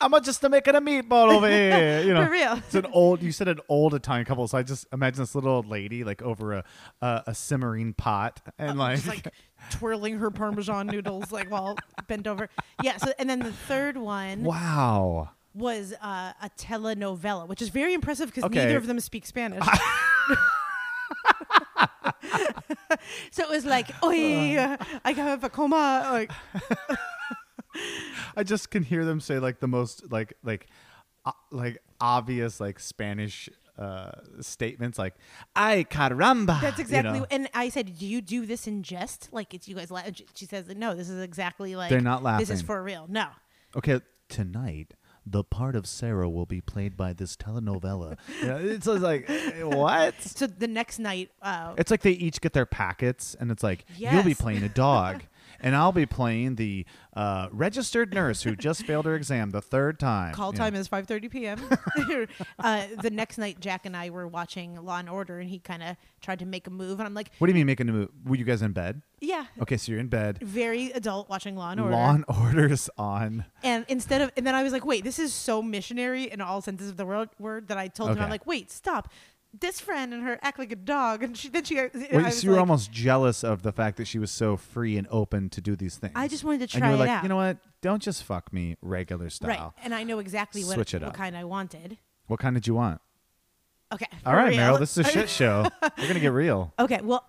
Speaker 2: I'm just making a meatball over here. You know,
Speaker 3: For real.
Speaker 2: It's an old. You said an old Italian couple, so I just imagine this little old lady like over a a, a simmering pot and like,
Speaker 3: Oh, Just like twirling her parmesan noodles like while bent over. Yeah. So and then the third one
Speaker 2: wow.
Speaker 3: was uh, a telenovela, which is very impressive because
Speaker 2: Okay.
Speaker 3: neither of them speak Spanish. so it was like, "Oy, uh, I have a coma." Like,
Speaker 2: I just can hear them say like the most like like o- like obvious like Spanish uh statements like "ay caramba."
Speaker 3: That's exactly.
Speaker 2: You know?
Speaker 3: And I said, "Do you do this in jest? Like, it's you guys?" La-? and she- She says, "No, this is exactly like
Speaker 2: They're not
Speaker 3: This is
Speaker 2: laughing.
Speaker 3: for real. No,
Speaker 2: Okay, tonight the part of Sarah will be played by this telenovela. You know, it's just like eh, what?
Speaker 3: So the next night, uh,
Speaker 2: It's like they each get their packets, and it's like you'll be
Speaker 3: Yes.
Speaker 2: playing a dog, and I'll be playing the uh, registered nurse who just failed her exam the third time.
Speaker 3: call
Speaker 2: you know.
Speaker 3: time is 5:30 p.m. uh, the next night, Jack and I were watching Law and Order, and he kind of tried to make a move, and I'm like,
Speaker 2: What do you mean making a move? Were you guys in bed?
Speaker 3: "Yeah."
Speaker 2: Okay, so you're in bed.
Speaker 3: Very adult watching Law and Order,
Speaker 2: Lawn orders on.
Speaker 3: and instead of, and then I was like, "Wait, this is so missionary in all senses of the word." Word that I told him,
Speaker 2: Okay.
Speaker 3: I'm like, "Wait, stop." This friend and her act like a dog, and she then she.
Speaker 2: Wait,
Speaker 3: I was
Speaker 2: so you were
Speaker 3: like,
Speaker 2: almost jealous of the fact that she was so free and open to do these things.
Speaker 3: I just wanted to
Speaker 2: and
Speaker 3: try
Speaker 2: you were
Speaker 3: it
Speaker 2: like,
Speaker 3: out.
Speaker 2: you know what? Don't just fuck me regular style.
Speaker 3: Right. And I know exactly what,
Speaker 2: Switch it
Speaker 3: what
Speaker 2: up.
Speaker 3: kind I wanted.
Speaker 2: What kind did you want?
Speaker 3: Okay.
Speaker 2: All
Speaker 3: for
Speaker 2: right,
Speaker 3: real.
Speaker 2: Meryl, this is a shit show. We're gonna get real.
Speaker 3: Okay. Well,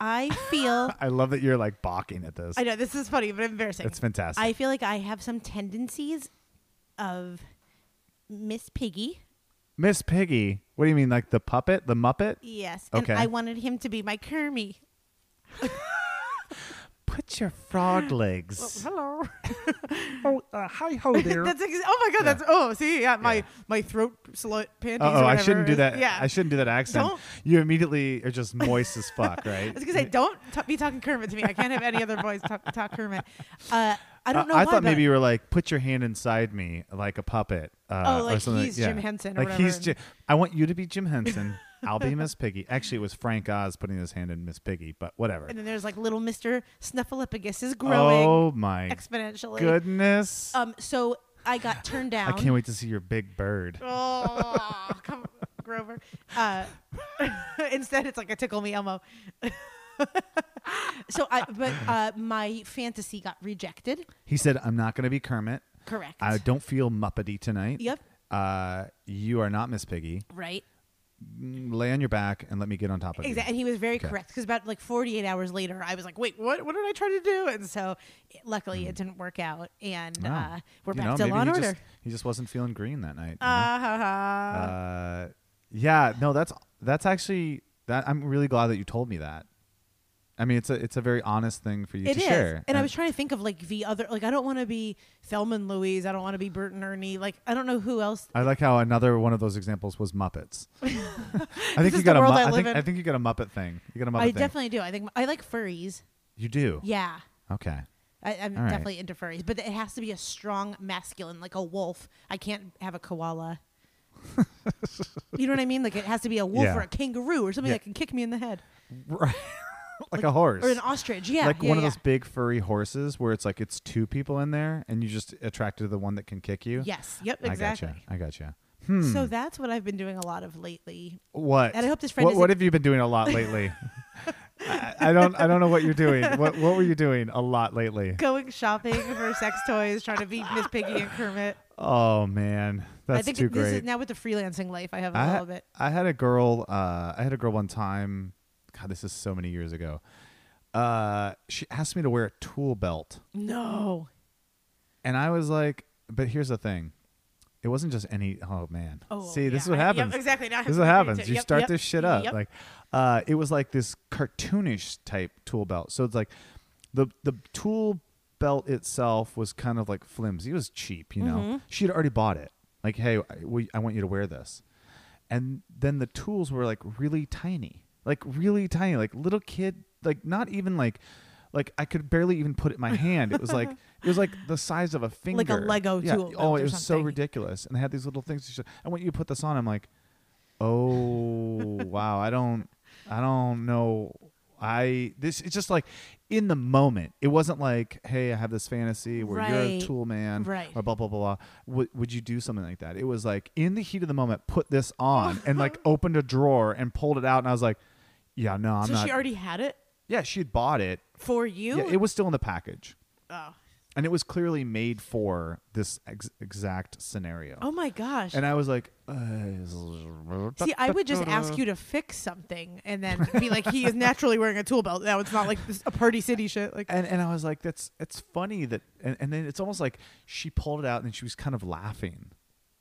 Speaker 3: I feel.
Speaker 2: I love that you're like balking at this.
Speaker 3: I know this is funny, but embarrassing.
Speaker 2: It's fantastic.
Speaker 3: I feel like I have some tendencies of Miss Piggy.
Speaker 2: Miss Piggy. What do you mean, like the puppet, the Muppet?
Speaker 3: Yes.
Speaker 2: Okay.
Speaker 3: And I wanted him to be my Kermie.
Speaker 2: Put your frog legs.
Speaker 3: Hello.
Speaker 2: Oh, uh, hi ho
Speaker 3: that's ex- oh my god. That's oh see yeah my
Speaker 2: Yeah.
Speaker 3: my throat slut panties. or
Speaker 2: Oh, I
Speaker 3: whatever
Speaker 2: shouldn't do
Speaker 3: is-
Speaker 2: that.
Speaker 3: Yeah.
Speaker 2: I shouldn't do that accent.
Speaker 3: Don't-
Speaker 2: You immediately are just moist as fuck, right?
Speaker 3: I was gonna say, don't t- be talking Kermit to me. I can't have any other voice talk, talk Kermit. Uh, I don't know.
Speaker 2: I
Speaker 3: why,
Speaker 2: thought
Speaker 3: but-
Speaker 2: maybe you were like, put your hand inside me like a puppet. Uh,
Speaker 3: Oh,
Speaker 2: or
Speaker 3: like
Speaker 2: something.
Speaker 3: he's
Speaker 2: yeah.
Speaker 3: Jim Henson or
Speaker 2: Like he's. Jim.
Speaker 3: whatever.
Speaker 2: I want you to be Jim Henson. I'll be Miss Piggy. Actually, it was Frank Oz putting his hand in Miss Piggy, but whatever.
Speaker 3: And then there's like little Mr. Snuffleupagus is growing
Speaker 2: Oh my
Speaker 3: exponentially.
Speaker 2: goodness!
Speaker 3: Um, so I got turned
Speaker 2: I
Speaker 3: down.
Speaker 2: can't wait to see your big bird.
Speaker 3: Oh, come, Grover. Uh, instead, it's like a tickle me Elmo. so I, but uh, my fantasy got rejected.
Speaker 2: He said, "I'm not going to be Kermit.
Speaker 3: Correct.
Speaker 2: I don't feel Muppety tonight.
Speaker 3: Yep.
Speaker 2: Uh, you are not Miss Piggy.
Speaker 3: right.
Speaker 2: Lay on your back and let me get on top of you.
Speaker 3: Exactly. And he was very
Speaker 2: Okay.
Speaker 3: correct because about like 48 hours later, I was like, wait, what? What did I try to do? And so it- luckily it didn't work out. And
Speaker 2: Mm. Wow.
Speaker 3: uh, we're
Speaker 2: You
Speaker 3: back
Speaker 2: know,
Speaker 3: to
Speaker 2: maybe
Speaker 3: Law and
Speaker 2: he
Speaker 3: Order.
Speaker 2: Just, he just wasn't feeling green that night. you know?
Speaker 3: Ah, ha, ha.
Speaker 2: Uh, yeah, no, that's that's actually that. I'm really glad that you told me that. I mean, it's a it's a very honest thing for you
Speaker 3: It
Speaker 2: to
Speaker 3: is,
Speaker 2: share. Uh,
Speaker 3: And, I was trying to think of like the other, like I don't want to be Thelma and Louise. I don't want to be Bert and Ernie. Like I don't know who else.
Speaker 2: I like how another one of those examples was Muppets. I think
Speaker 3: is
Speaker 2: you got a
Speaker 3: the world
Speaker 2: Mu-
Speaker 3: I
Speaker 2: I think
Speaker 3: live in.
Speaker 2: I think you got a Muppet thing. You got a Muppet
Speaker 3: I
Speaker 2: thing.
Speaker 3: definitely do. I think I like furries.
Speaker 2: you do.
Speaker 3: Yeah.
Speaker 2: Okay.
Speaker 3: I, I'm
Speaker 2: All right.
Speaker 3: definitely into furries, but it has to be a strong masculine, like a wolf. I can't have a koala. you know what I mean? Like it has to be a wolf
Speaker 2: Yeah.
Speaker 3: or a kangaroo or something
Speaker 2: Yeah.
Speaker 3: that can kick me in the head
Speaker 2: Right. like, a horse.
Speaker 3: or an ostrich. Yeah,
Speaker 2: like
Speaker 3: yeah,
Speaker 2: one of
Speaker 3: yeah.
Speaker 2: those big furry horses where it's like it's two people in there and you just attracted to the one that can kick you.
Speaker 3: Yes. Yep.
Speaker 2: I
Speaker 3: Exactly.
Speaker 2: gotcha. Hmm. I gotcha.
Speaker 3: So that's what I've been doing a lot of lately.
Speaker 2: What?
Speaker 3: And I hope this friend
Speaker 2: What,
Speaker 3: isn't-
Speaker 2: what have you been doing a lot lately? I, I don't. I don't know what you're doing. What What were you doing a lot lately?
Speaker 3: Going shopping for sex toys, trying to beat Miss Piggy and Kermit.
Speaker 2: Oh man, that's
Speaker 3: I think
Speaker 2: too
Speaker 3: this
Speaker 2: great.
Speaker 3: is now with the freelancing life. I have a
Speaker 2: I,
Speaker 3: little bit.
Speaker 2: I had a girl. Uh, I had a girl one time. God, this is so many years ago. Uh, she asked me to wear a tool belt,
Speaker 3: No.
Speaker 2: and I was like, "But here's the thing." It wasn't just any. Oh man!
Speaker 3: Oh,
Speaker 2: See, this is
Speaker 3: yeah.
Speaker 2: what
Speaker 3: I- yep,
Speaker 2: happens.
Speaker 3: exactly. Now I
Speaker 2: This is
Speaker 3: have
Speaker 2: what
Speaker 3: to agree
Speaker 2: happens.
Speaker 3: too.
Speaker 2: You
Speaker 3: Yep,
Speaker 2: start
Speaker 3: yep,
Speaker 2: this shit up.
Speaker 3: yep.
Speaker 2: Like, uh, it was like this cartoonish type tool belt. So it's like the the tool belt itself was kind of like flimsy. It was cheap, you know.
Speaker 3: Mm-hmm.
Speaker 2: She had already bought it. Like, hey, I, we, I want you to wear this, and then the tools were like really tiny, like really tiny, like little kid, like not even like. Like I could barely even put it in my hand. It was like it was like the size of a finger.
Speaker 3: Lego
Speaker 2: yeah.
Speaker 3: tool
Speaker 2: Oh,
Speaker 3: belt
Speaker 2: it
Speaker 3: or
Speaker 2: was so
Speaker 3: something.
Speaker 2: ridiculous. And they had these little things. She said, I want you to put this on. I'm like, Oh wow, I don't I don't know I this it's just like in the moment. It wasn't like, hey, I have this fantasy where you're a
Speaker 3: Right.
Speaker 2: tool man
Speaker 3: Right.
Speaker 2: or blah blah blah. blah. Would would you do something like that? It was like in the heat of the moment, put this on and like opened a drawer and pulled it out, and I was like, yeah, no, I'm
Speaker 3: so
Speaker 2: not.
Speaker 3: she already had it
Speaker 2: yeah, she'd bought it.
Speaker 3: for you.
Speaker 2: Yeah, it was still in the package.
Speaker 3: oh.
Speaker 2: And it was clearly made for this ex- exact scenario.
Speaker 3: oh my gosh.
Speaker 2: And I was like, uh,
Speaker 3: See, I would just ask you to fix something and then be like, he is naturally wearing a tool belt. Now it's not like this, a party city shit. Like,
Speaker 2: and and I was like, that's it's funny that, and, and then it's almost like she pulled it out and then she was kind of laughing,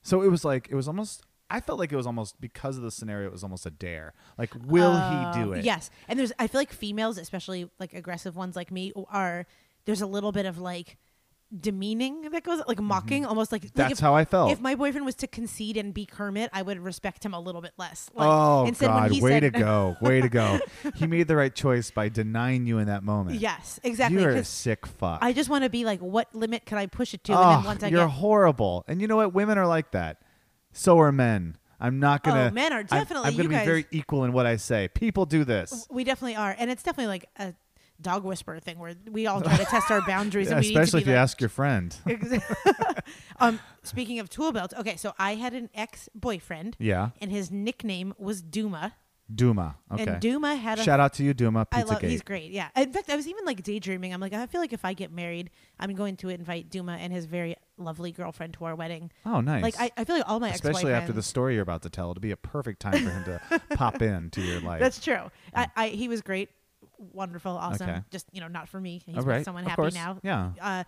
Speaker 2: so it was like it was almost. I felt like it was almost because of the scenario. It was almost a dare. Like, will
Speaker 3: Uh,
Speaker 2: he do it?
Speaker 3: Um, Yes. And there's, I feel like females, especially like aggressive ones like me, are, there's a little bit of like demeaning that goes, like mocking, almost like. like
Speaker 2: Mm-hmm. That's
Speaker 3: if-
Speaker 2: how I felt.
Speaker 3: If my boyfriend was to concede and be Kermit, I would respect him a little bit less. Like,
Speaker 2: oh
Speaker 3: instead when
Speaker 2: God!
Speaker 3: he
Speaker 2: Way
Speaker 3: said-
Speaker 2: to go! Way to go! he made the right choice by denying you in that moment.
Speaker 3: Yes, exactly.
Speaker 2: You're a
Speaker 3: 'cause
Speaker 2: sick fuck.
Speaker 3: I just want to be like, what limit can I push it to? and
Speaker 2: oh,
Speaker 3: then once I
Speaker 2: you're
Speaker 3: get
Speaker 2: horrible. And you know what? Women are like that. So are men. I'm not gonna.
Speaker 3: Oh, men are
Speaker 2: I'm-
Speaker 3: definitely-
Speaker 2: I'm, gonna
Speaker 3: you
Speaker 2: be
Speaker 3: guys-
Speaker 2: very equal in what I say. People do this.
Speaker 3: We definitely are, and it's definitely like a dog whisperer thing where we all try to test our boundaries. and we
Speaker 2: especially
Speaker 3: need
Speaker 2: if
Speaker 3: to
Speaker 2: you
Speaker 3: be
Speaker 2: ask your friend.
Speaker 3: like, ask. um, speaking of tool belts, okay, so I had an ex boyfriend.
Speaker 2: Yeah.
Speaker 3: and his nickname was Duma,
Speaker 2: Duma. Okay.
Speaker 3: and Duma had a.
Speaker 2: Shout out to you, Duma.
Speaker 3: I
Speaker 2: Pizza
Speaker 3: love.
Speaker 2: Gate.
Speaker 3: He's great. Yeah. In fact, I was even like daydreaming. I'm like, I feel like if I get married, I'm going to invite Duma and his very lovely girlfriend to our wedding.
Speaker 2: Oh, nice.
Speaker 3: Like, I, I feel like all my
Speaker 2: Especially after the
Speaker 3: ex-boyfriends-
Speaker 2: story you're about to tell, it'd be a perfect time for him to pop in to your life.
Speaker 3: That's true. I, I he was great, wonderful, awesome.
Speaker 2: Okay.
Speaker 3: Just you know, not for me. He's
Speaker 2: All
Speaker 3: with
Speaker 2: right.
Speaker 3: someone
Speaker 2: Of
Speaker 3: happy
Speaker 2: course.
Speaker 3: now.
Speaker 2: Yeah.
Speaker 3: Uh,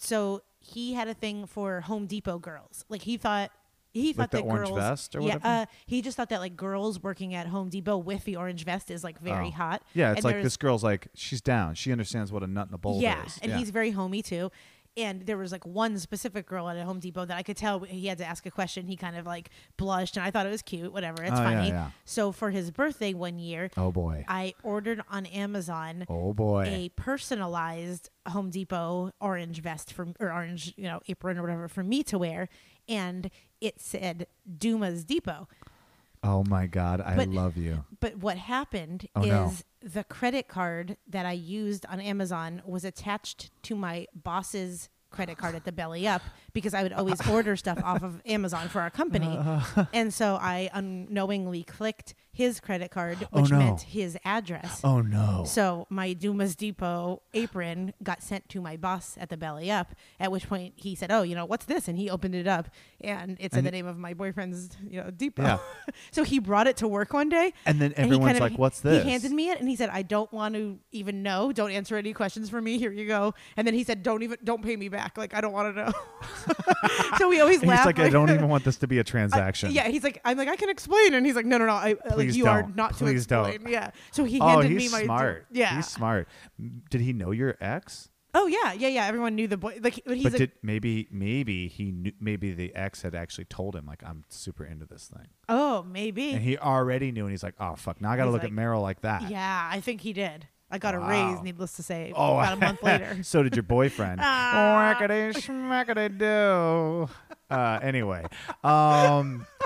Speaker 3: so he had a thing for Home Depot girls. Like he thought. He thought
Speaker 2: the
Speaker 3: that
Speaker 2: orange
Speaker 3: girls,
Speaker 2: vest or whatever?
Speaker 3: Yeah, uh, he just thought that like girls working at Home Depot with the orange vest is like very
Speaker 2: Oh.
Speaker 3: hot.
Speaker 2: Yeah, it's
Speaker 3: And
Speaker 2: like
Speaker 3: there's-
Speaker 2: this girl's like she's down. She understands what a nut in a bowl
Speaker 3: yeah,
Speaker 2: is.
Speaker 3: and he's very homey too. And there was like one specific girl at a Home Depot that I could tell he had to ask a question. He kind of like blushed, and I thought it was cute. Whatever, it's
Speaker 2: Oh, yeah,
Speaker 3: funny.
Speaker 2: yeah.
Speaker 3: So for his birthday one year,
Speaker 2: Oh boy.
Speaker 3: I ordered on Amazon
Speaker 2: oh boy.
Speaker 3: a personalized Home Depot orange vest from or orange, you know, apron or whatever for me to wear, and it said Duma's Depot.
Speaker 2: oh my God. I
Speaker 3: But-
Speaker 2: love you.
Speaker 3: But what happened
Speaker 2: Oh,
Speaker 3: is
Speaker 2: no.
Speaker 3: the credit card that I used on Amazon was attached to my boss's credit card at the belly up because I would always order stuff off of Amazon for our company. And so I unknowingly clicked his credit card,
Speaker 2: Oh,
Speaker 3: which
Speaker 2: no.
Speaker 3: meant his address.
Speaker 2: Oh no.
Speaker 3: So my Dumas Depot apron got sent to my boss at the belly up. At which point he said, "Oh, you know what's this?" And he opened it up, and it said
Speaker 2: And-
Speaker 3: the name of my boyfriend's you know depot.
Speaker 2: Yeah.
Speaker 3: so he brought it to work one day,
Speaker 2: And then
Speaker 3: he
Speaker 2: everyone's
Speaker 3: kind of-
Speaker 2: like, "What's this?"
Speaker 3: He handed me it, and he said, "I don't want to even know. Don't answer any questions for me. Here you go." And then he said, "Don't even don't pay me back. Like I don't want to know." so we always
Speaker 2: And
Speaker 3: laugh.
Speaker 2: he's like, I don't even want this to be a transaction.
Speaker 3: Yeah, he's like, I'm like, I can explain, and he's like, no, no, no, I, like,
Speaker 2: Please
Speaker 3: you are
Speaker 2: don't.
Speaker 3: not
Speaker 2: Please
Speaker 3: to
Speaker 2: don't.
Speaker 3: explain. Yeah, so he
Speaker 2: Oh,
Speaker 3: handed
Speaker 2: he's
Speaker 3: me my
Speaker 2: smart.
Speaker 3: yeah,
Speaker 2: He's smart. Did he know your ex?
Speaker 3: Oh yeah, yeah, yeah. Everyone knew the boy. Like, but he's
Speaker 2: but
Speaker 3: like,
Speaker 2: did maybe maybe he knew maybe the ex had actually told him like I'm super into this thing,
Speaker 3: oh, maybe.
Speaker 2: and he already knew, and he's like, oh fuck, now I got to
Speaker 3: He's
Speaker 2: look
Speaker 3: like,
Speaker 2: at Meryl like that.
Speaker 3: yeah, I think he did. I got a
Speaker 2: Wow.
Speaker 3: raise, needless to say,
Speaker 2: Oh,
Speaker 3: about a month later.
Speaker 2: so did your boyfriend.
Speaker 3: Ah.
Speaker 2: Whackity schmackity do. Uh, anyway, um,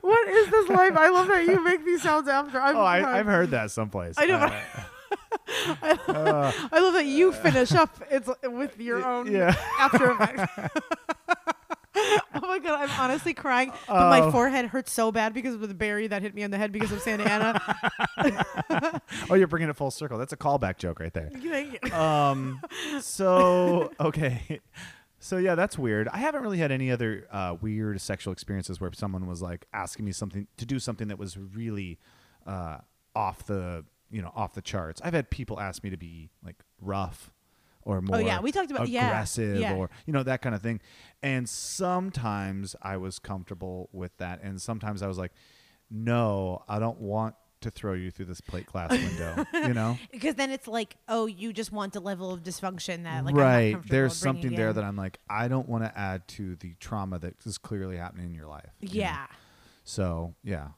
Speaker 3: what is this life? I love that you make these sounds after. I'm,
Speaker 2: oh, I, I've heard that someplace.
Speaker 3: I know,
Speaker 2: Uh,
Speaker 3: I love that you finish up. It's with your own
Speaker 2: yeah.
Speaker 3: after effects. oh my god, I'm honestly crying, but my
Speaker 2: Oh.
Speaker 3: forehead hurts so bad because of the berry that hit me on the head because of Santa Ana.
Speaker 2: oh, you're bringing it full circle. That's a callback joke right there.
Speaker 3: Thank you.
Speaker 2: Um, so okay, so yeah, that's weird. I haven't really had any other uh, weird sexual experiences where someone was like asking me something to do something that was really uh, off the you know off the charts. I've had people ask me to be like rough or more.
Speaker 3: Oh, yeah, we talked about- yeah,
Speaker 2: aggressive
Speaker 3: yeah.
Speaker 2: or you know that kind of thing. And sometimes I was comfortable with that, and sometimes I was like, no, I don't want to throw you through this plate glass window. you know.
Speaker 3: Because then it's like, oh, you just want a level of dysfunction that, like, I'm not
Speaker 2: right.
Speaker 3: comfortable
Speaker 2: There's
Speaker 3: bringing
Speaker 2: something there
Speaker 3: in.
Speaker 2: that I'm like, I don't want to add to the trauma that is clearly happening in your life. you know?
Speaker 3: yeah.
Speaker 2: So yeah.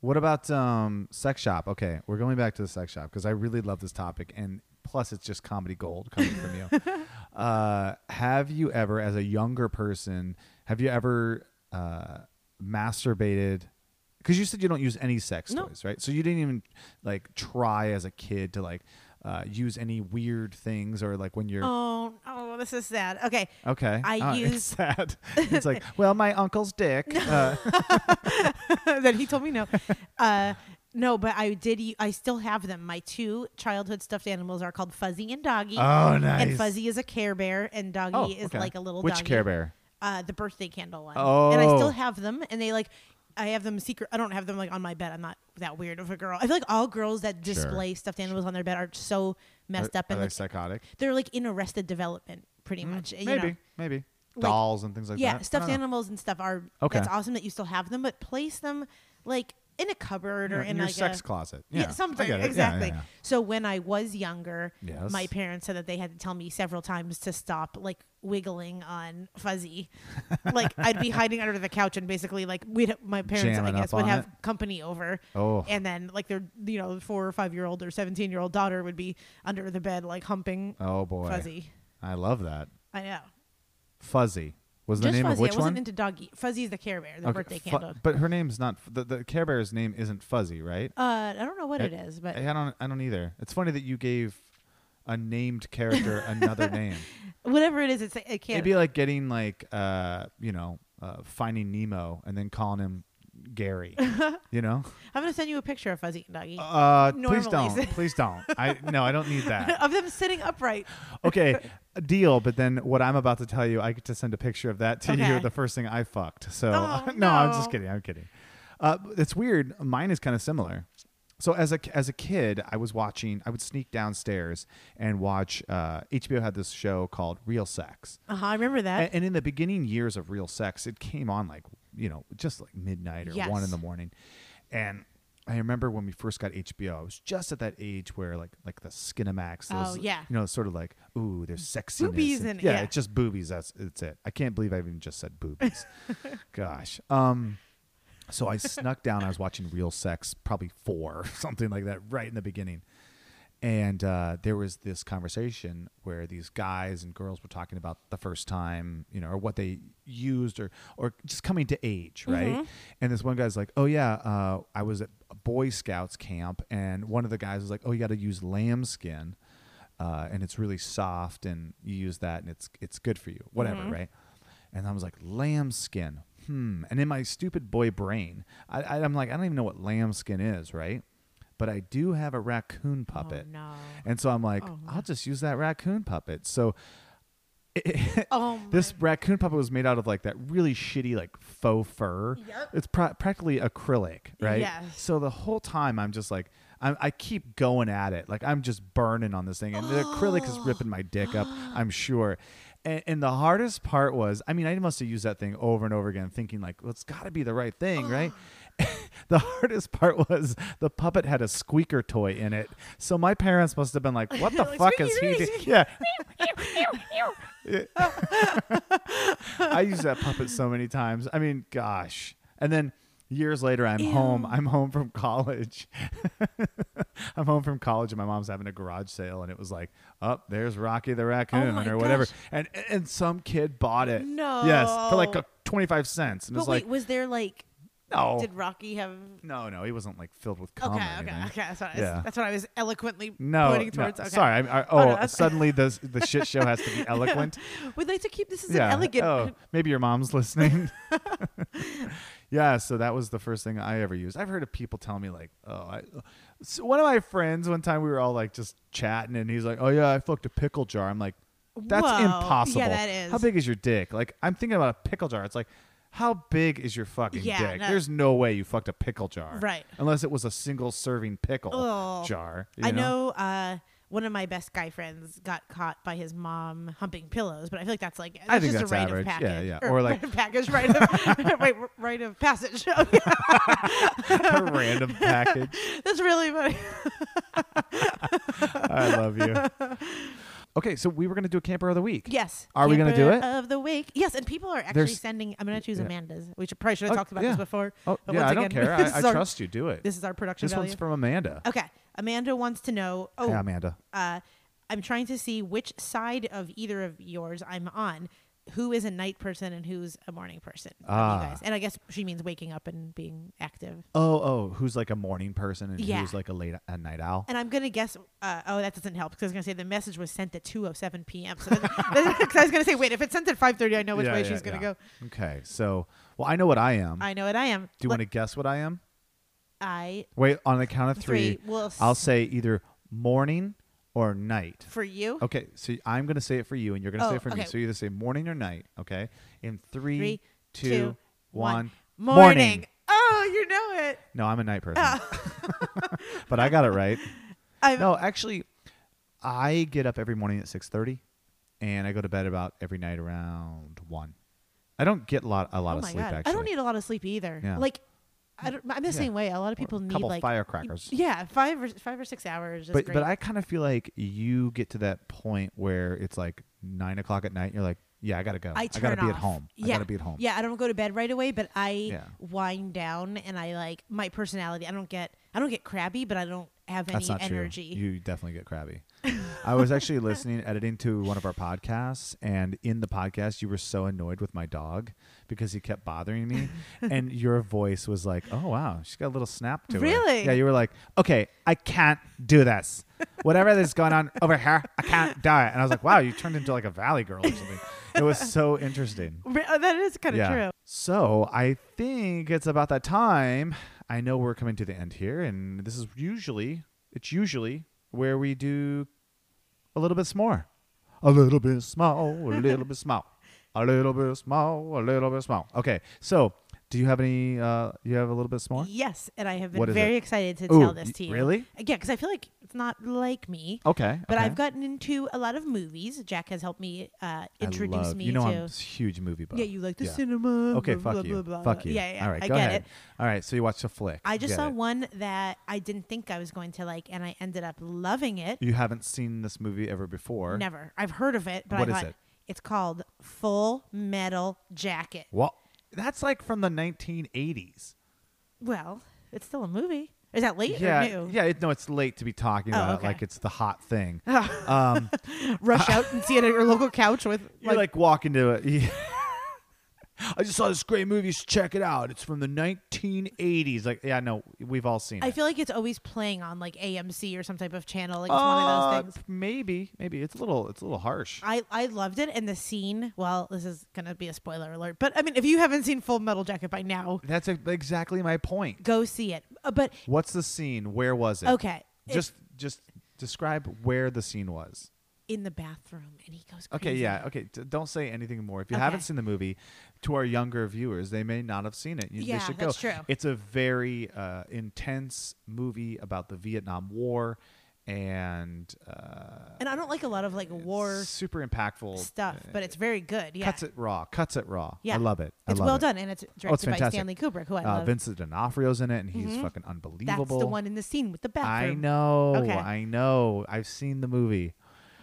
Speaker 2: What about um sex shop? Okay, we're going back to the sex shop because I really love this topic and plus it's just comedy gold coming from you. Uh have you ever, as a younger person, have you ever uh masturbated because you said you don't use any sex
Speaker 3: No.
Speaker 2: toys, right? So you didn't even like try as a kid to like uh, use any weird things or like when you're
Speaker 3: Oh, oh, this is sad. Okay.
Speaker 2: okay.
Speaker 3: I
Speaker 2: Ah, it's
Speaker 3: used-
Speaker 2: sad. it's like well, my uncle's dick. Uh,
Speaker 3: then he told me no. Uh, no, but I did. u- I still have them. My two childhood stuffed animals are called Fuzzy and Doggy.
Speaker 2: oh, nice.
Speaker 3: And Fuzzy is a Care Bear, and Doggy
Speaker 2: Oh,
Speaker 3: is
Speaker 2: okay.
Speaker 3: like a little
Speaker 2: Which
Speaker 3: doggy.
Speaker 2: Care Bear?
Speaker 3: Uh, the birthday candle one. And I
Speaker 2: Oh.
Speaker 3: still have them, and they like. I have them secret. I don't have them like on my bed. I'm not that weird of a girl. I feel like all girls that display stuffed animals on their bed are so messed
Speaker 2: Are-
Speaker 3: up and
Speaker 2: are they
Speaker 3: like,
Speaker 2: psychotic?
Speaker 3: they're like in arrested development, pretty much. you know.
Speaker 2: Mm, maybe, maybe
Speaker 3: like-
Speaker 2: dolls and things like
Speaker 3: yeah,
Speaker 2: that. Oh. I
Speaker 3: stuffed
Speaker 2: don't know.
Speaker 3: animals and stuff are.
Speaker 2: Okay.
Speaker 3: That's awesome that you still have them, but place them like in a cupboard or
Speaker 2: Yeah,
Speaker 3: in,
Speaker 2: your
Speaker 3: like
Speaker 2: sex
Speaker 3: a,
Speaker 2: closet.
Speaker 3: yeah,
Speaker 2: I
Speaker 3: something
Speaker 2: get it. Yeah,
Speaker 3: exactly.
Speaker 2: yeah, yeah.
Speaker 3: So when I was younger,
Speaker 2: Yes.
Speaker 3: my parents said that they had to tell me several times to stop like wiggling on fuzzy. like I'd be hiding under the couch and basically like we'd my parents
Speaker 2: Jamming
Speaker 3: I
Speaker 2: up
Speaker 3: guess would
Speaker 2: on
Speaker 3: have
Speaker 2: it.
Speaker 3: company over.
Speaker 2: Oh.
Speaker 3: And then like their you know, four or five year old or seventeen year old daughter would be under the bed like humping
Speaker 2: Oh boy,
Speaker 3: fuzzy.
Speaker 2: I love that.
Speaker 3: I know.
Speaker 2: Fuzzy was the
Speaker 3: Just
Speaker 2: name
Speaker 3: fuzzy.
Speaker 2: of which
Speaker 3: I wasn't
Speaker 2: one?
Speaker 3: into doggy. Fuzzy's the Care Bear, the birthday
Speaker 2: fu-
Speaker 3: candle.
Speaker 2: but her name's not the, the Care Bear's name isn't Fuzzy, right?
Speaker 3: uh, I don't know what
Speaker 2: I-
Speaker 3: it is, but
Speaker 2: I don't. I don't either. It's funny that you gave a named character another name.
Speaker 3: whatever it is, it's a, a can.
Speaker 2: It'd be like getting like uh you know uh, finding Nemo and then calling him Gary. you know.
Speaker 3: I'm gonna send you a picture of Fuzzy and Doggy
Speaker 2: Uh, please
Speaker 3: Normally.
Speaker 2: don't. Please don't. I no. I don't need that.
Speaker 3: of them sitting upright.
Speaker 2: Okay, a deal. But then what I'm about to tell you, I get to send a picture of that to you.
Speaker 3: Okay.
Speaker 2: The first thing I fucked. So
Speaker 3: Oh,
Speaker 2: no, I'm just
Speaker 3: no.
Speaker 2: kidding. I'm kidding. Uh, it's weird. Mine is kind of similar. So as a as a kid, I was watching. I would sneak downstairs and watch. Uh, HBO had this show called Real Sex.
Speaker 3: Uh huh. I remember
Speaker 2: A-
Speaker 3: that.
Speaker 2: And, in the beginning years of Real Sex, it came on like, you know, just like midnight or
Speaker 3: Yes.
Speaker 2: one in the morning. And I remember when we first got HBO, I was just at that age where like like the Skinamax,
Speaker 3: Oh,
Speaker 2: those,
Speaker 3: yeah.
Speaker 2: you know, sort of like, ooh, there's sexiness.
Speaker 3: Boobies
Speaker 2: and-
Speaker 3: in it,
Speaker 2: yeah,
Speaker 3: yeah.
Speaker 2: it's just boobies. That's it's it. I can't believe I even just said boobies. Gosh. Um so I snuck down, I was watching Real Sex, probably four, something like that, right in the beginning and uh, there was this conversation where these guys and girls were talking about the first time, you know, or what they used, or or just coming to age, right? And this one guy's like, "Oh yeah, uh, I was at a Boy Scouts camp, and one of the guys was like, "Oh, you got to use lambskin, uh, and it's really soft, and you use that, and it's it's good for you, whatever, right?" And I was like, "Lambskin, hmm." And in my stupid boy brain, I, I, I'm like, I don't even know what lambskin is, right? But I do have a raccoon puppet.
Speaker 3: Oh, no.
Speaker 2: And so I'm like,
Speaker 3: Oh,
Speaker 2: I'll just use that raccoon puppet. So it-
Speaker 3: Oh
Speaker 2: Eh, this raccoon puppet was made out of like that really shitty like faux fur.
Speaker 3: Yep.
Speaker 2: It's pra- practically acrylic, right?
Speaker 3: Yes.
Speaker 2: So the whole time I'm just like I'm, I keep going at it. Like I'm just burning on this thing, and the acrylic is ripping my dick up.
Speaker 3: Oh.
Speaker 2: I'm sure. And, and the hardest part was, I mean, I must have used that thing over and over again, thinking like, well, it's got to be the right thing, right? the hardest part was the puppet had a squeaker toy in it, so my parents must have been like, "What the
Speaker 3: Like,
Speaker 2: fuck is he?"
Speaker 3: squeaky,
Speaker 2: doing? Yeah, I used that puppet so many times. I mean, gosh. And then years later, I'm home. I'm home from college. I'm home from college, and my mom's having a garage sale, and it was like, "Up oh, there's Rocky the raccoon,
Speaker 3: Oh my
Speaker 2: or whatever."
Speaker 3: gosh.
Speaker 2: And and some kid bought it. Yes, for like
Speaker 3: No.
Speaker 2: a, 25 cents, and
Speaker 3: But
Speaker 2: it's
Speaker 3: wait,
Speaker 2: like, Oh.
Speaker 3: was there like?
Speaker 2: no,
Speaker 3: Did Rocky have?
Speaker 2: no, no, he wasn't like filled with cum.
Speaker 3: Okay,
Speaker 2: or
Speaker 3: okay,
Speaker 2: anything.
Speaker 3: okay. That's what, I
Speaker 2: Oh, Yeah.
Speaker 3: was, that's what I was eloquently
Speaker 2: No,
Speaker 3: pointing
Speaker 2: no,
Speaker 3: towards. Okay.
Speaker 2: sorry. I, I,
Speaker 3: no,
Speaker 2: oh,
Speaker 3: that's-
Speaker 2: suddenly the the shit show has to be eloquent.
Speaker 3: We'd like to keep this as
Speaker 2: yeah.
Speaker 3: an elegant.
Speaker 2: Oh, maybe your mom's listening. yeah. So that was the first thing I ever used. I've heard of people telling me like, oh, I, so one of my friends one time we were all like just chatting, and he's like, oh yeah, I fucked a pickle jar. I'm like, that's
Speaker 3: Whoa. Yeah,
Speaker 2: impossible.
Speaker 3: that is.
Speaker 2: How big is your dick? Like, I'm thinking about a pickle jar. It's like. How big is your fucking
Speaker 3: Yeah,
Speaker 2: dick?
Speaker 3: no.
Speaker 2: There's no way you fucked a pickle jar.
Speaker 3: Right.
Speaker 2: Unless it was a single serving pickle
Speaker 3: Oh.
Speaker 2: jar. you
Speaker 3: I know. uh one of my best guy friends got caught by his mom humping pillows, but I feel like that's like that's
Speaker 2: think
Speaker 3: just
Speaker 2: that's
Speaker 3: a rite
Speaker 2: average.
Speaker 3: of
Speaker 2: Yeah,
Speaker 3: package.
Speaker 2: yeah.
Speaker 3: Or,
Speaker 2: Or, like-
Speaker 3: package rite of wait, rite of passage. Oh, yeah.
Speaker 2: a random package.
Speaker 3: That's really funny.
Speaker 2: I love you. Okay, so we were gonna do a camper of the week.
Speaker 3: Yes.
Speaker 2: Are we gonna do
Speaker 3: Camper
Speaker 2: it?
Speaker 3: Of the week. Yes, and people are actually
Speaker 2: There's-
Speaker 3: sending. I'm gonna choose
Speaker 2: yeah.
Speaker 3: Amanda's. We should probably should
Speaker 2: Oh,
Speaker 3: have talked about
Speaker 2: yeah.
Speaker 3: this before.
Speaker 2: Oh
Speaker 3: but
Speaker 2: yeah,
Speaker 3: once
Speaker 2: I don't
Speaker 3: again,
Speaker 2: care.
Speaker 3: this
Speaker 2: I, I
Speaker 3: is our-
Speaker 2: trust you. Do it.
Speaker 3: This is our production
Speaker 2: This
Speaker 3: value.
Speaker 2: one's from Amanda.
Speaker 3: okay. Amanda wants to know. Oh,
Speaker 2: Hey, Amanda.
Speaker 3: Uh, I'm trying to see which side of either of yours I'm on. who is a night person and who's a morning person. from
Speaker 2: Ah.
Speaker 3: You guys. And I guess she means waking up and being active.
Speaker 2: Oh, oh, who's like a morning person and
Speaker 3: Yeah.
Speaker 2: who's like a late a night owl?
Speaker 3: And I'm gonna guess. Uh, oh, that doesn't help because I was gonna say the message was sent at 2:07 p.m. So because I was gonna say, wait, if it's sent at 5:30, I know which
Speaker 2: Yeah,
Speaker 3: way
Speaker 2: yeah,
Speaker 3: she's gonna
Speaker 2: yeah.
Speaker 3: go.
Speaker 2: Okay, so well, I know what I am.
Speaker 3: I know what I am.
Speaker 2: Do you want to guess what I am?
Speaker 3: I
Speaker 2: Wait, on the count of 3
Speaker 3: three. Well,
Speaker 2: I'll say either morning or night.
Speaker 3: for you.
Speaker 2: Okay, so I'm gonna say it for you, and you're gonna say
Speaker 3: Oh,
Speaker 2: it for me.
Speaker 3: okay.
Speaker 2: So you either say morning or night. Okay, in
Speaker 3: Three,
Speaker 2: three, two, one.
Speaker 3: two, one.
Speaker 2: Morning.
Speaker 3: Oh, you know it.
Speaker 2: No, I'm a night person,
Speaker 3: Oh.
Speaker 2: but I got it right.
Speaker 3: I'm,
Speaker 2: No, actually, I get up every morning at six thirty, and I go to bed about every night around one. I don't get a lot a lot
Speaker 3: oh
Speaker 2: of
Speaker 3: my
Speaker 2: sleep.
Speaker 3: god,
Speaker 2: Actually,
Speaker 3: I don't need a lot of sleep either.
Speaker 2: Yeah.
Speaker 3: Like, I don't, I'm the same way. A lot of
Speaker 2: Or
Speaker 3: people
Speaker 2: a
Speaker 3: need
Speaker 2: couple
Speaker 3: like
Speaker 2: firecrackers.
Speaker 3: Yeah, five or five or six hours. Is
Speaker 2: but
Speaker 3: great.
Speaker 2: but I kind of feel like you get to that point where it's like nine o'clock at night. And you're like, yeah, I gotta go.
Speaker 3: I turn
Speaker 2: gotta be at
Speaker 3: off.
Speaker 2: home.
Speaker 3: Yeah.
Speaker 2: I gotta be at home.
Speaker 3: Yeah, I don't go to bed right away, but I
Speaker 2: Yeah.
Speaker 3: wind down and I like my personality. I don't get I don't get crabby, but I don't have any
Speaker 2: That's not
Speaker 3: energy.
Speaker 2: true. You definitely get crabby. I was actually listening, editing to one of our podcasts, and in the podcast, you were so annoyed with my dog because he kept bothering me, and your voice was like, "Oh wow, she's got a little snap to her."
Speaker 3: Really?
Speaker 2: Yeah, you were like, "Okay, I can't do this. Whatever that's going on over here, I can't do it." And I was like, "Wow, you turned into like a valley girl or something." It was so interesting.
Speaker 3: Re- oh, that is kind of true.
Speaker 2: So I think it's about that time. I know we're coming to the end here, and this is usually it's usually where we do a little bit more, a little bit small, a little bit small, a little bit small, a little bit small. Okay, so do you have any? Uh, you have a little bit more?
Speaker 3: Yes, and I have been
Speaker 2: What is
Speaker 3: very
Speaker 2: it?
Speaker 3: excited to
Speaker 2: Ooh,
Speaker 3: tell this
Speaker 2: y-
Speaker 3: to you. Uh,
Speaker 2: really?
Speaker 3: Yeah, because I feel like it's not like me.
Speaker 2: Okay,
Speaker 3: But
Speaker 2: okay.
Speaker 3: I've gotten into a lot of movies. Jack has helped me uh,
Speaker 2: I
Speaker 3: introduce
Speaker 2: love-
Speaker 3: me
Speaker 2: You know
Speaker 3: to.
Speaker 2: I'm a huge movie buff.
Speaker 3: yeah, you like the
Speaker 2: Yeah.
Speaker 3: cinema.
Speaker 2: Okay,
Speaker 3: blah,
Speaker 2: fuck
Speaker 3: blah,
Speaker 2: you,
Speaker 3: blah, blah,
Speaker 2: fuck
Speaker 3: blah.
Speaker 2: you.
Speaker 3: Yeah, yeah.
Speaker 2: All right,
Speaker 3: I
Speaker 2: go
Speaker 3: get
Speaker 2: ahead.
Speaker 3: it.
Speaker 2: All right, so you watched a flick.
Speaker 3: I just
Speaker 2: Get
Speaker 3: saw
Speaker 2: it.
Speaker 3: one that I didn't think I was going to like, and I ended up loving it.
Speaker 2: You haven't seen this movie ever before.
Speaker 3: Never. I've heard of it, but
Speaker 2: What
Speaker 3: I
Speaker 2: is
Speaker 3: thought
Speaker 2: it?
Speaker 3: it's called Full Metal Jacket.
Speaker 2: Well, that's like from the 1980s.
Speaker 3: Well, it's still a movie. Is that late
Speaker 2: yeah,
Speaker 3: or new?
Speaker 2: yeah. It, no, it's late to be talking
Speaker 3: Oh,
Speaker 2: about it
Speaker 3: okay.
Speaker 2: like it's the hot thing. um,
Speaker 3: Rush out and see it at your local couch with
Speaker 2: you
Speaker 3: like,
Speaker 2: like, walk into it. yeah. I just saw this great movie. You should check it out. It's from the 1980s. Like, yeah, no, we've all seen
Speaker 3: I
Speaker 2: it.
Speaker 3: feel like it's always playing on like AMC or some type of channel. Like it's one
Speaker 2: Uh,
Speaker 3: of those things.
Speaker 2: Maybe, maybe it's a little, it's a little harsh.
Speaker 3: I, I loved it and the scene. Well, this is gonna be a spoiler alert, but I mean, if you haven't seen Full Metal Jacket by now,
Speaker 2: That's e- exactly my point.
Speaker 3: go see it. Uh, but
Speaker 2: What's the scene? Where was it?
Speaker 3: okay, it's
Speaker 2: Just, just describe where the scene was.
Speaker 3: in the bathroom, and he goes.
Speaker 2: Okay,
Speaker 3: crazy.
Speaker 2: yeah. Okay, d- don't say anything more. If you
Speaker 3: Okay.
Speaker 2: haven't seen the movie, to our younger viewers, they may not have seen it. You,
Speaker 3: Yeah,
Speaker 2: they should
Speaker 3: that's
Speaker 2: go.
Speaker 3: true.
Speaker 2: It's a very uh, intense movie about the Vietnam War, and uh,
Speaker 3: And I don't like a lot of like war
Speaker 2: super impactful
Speaker 3: stuff, but it's very good. Yeah.
Speaker 2: Cuts it raw. Cuts it raw.
Speaker 3: Yeah.
Speaker 2: I love it. I
Speaker 3: It's
Speaker 2: love
Speaker 3: well
Speaker 2: it.
Speaker 3: done, and it's directed
Speaker 2: Oh, it's
Speaker 3: by
Speaker 2: fantastic.
Speaker 3: Stanley Kubrick, who I
Speaker 2: Uh,
Speaker 3: love.
Speaker 2: Vincent D'Onofrio's in it, and he's fucking
Speaker 3: Mm-hmm. That's
Speaker 2: unbelievable.
Speaker 3: the one in the scene with the bathroom.
Speaker 2: I know.
Speaker 3: Okay.
Speaker 2: I know. I've seen the movie.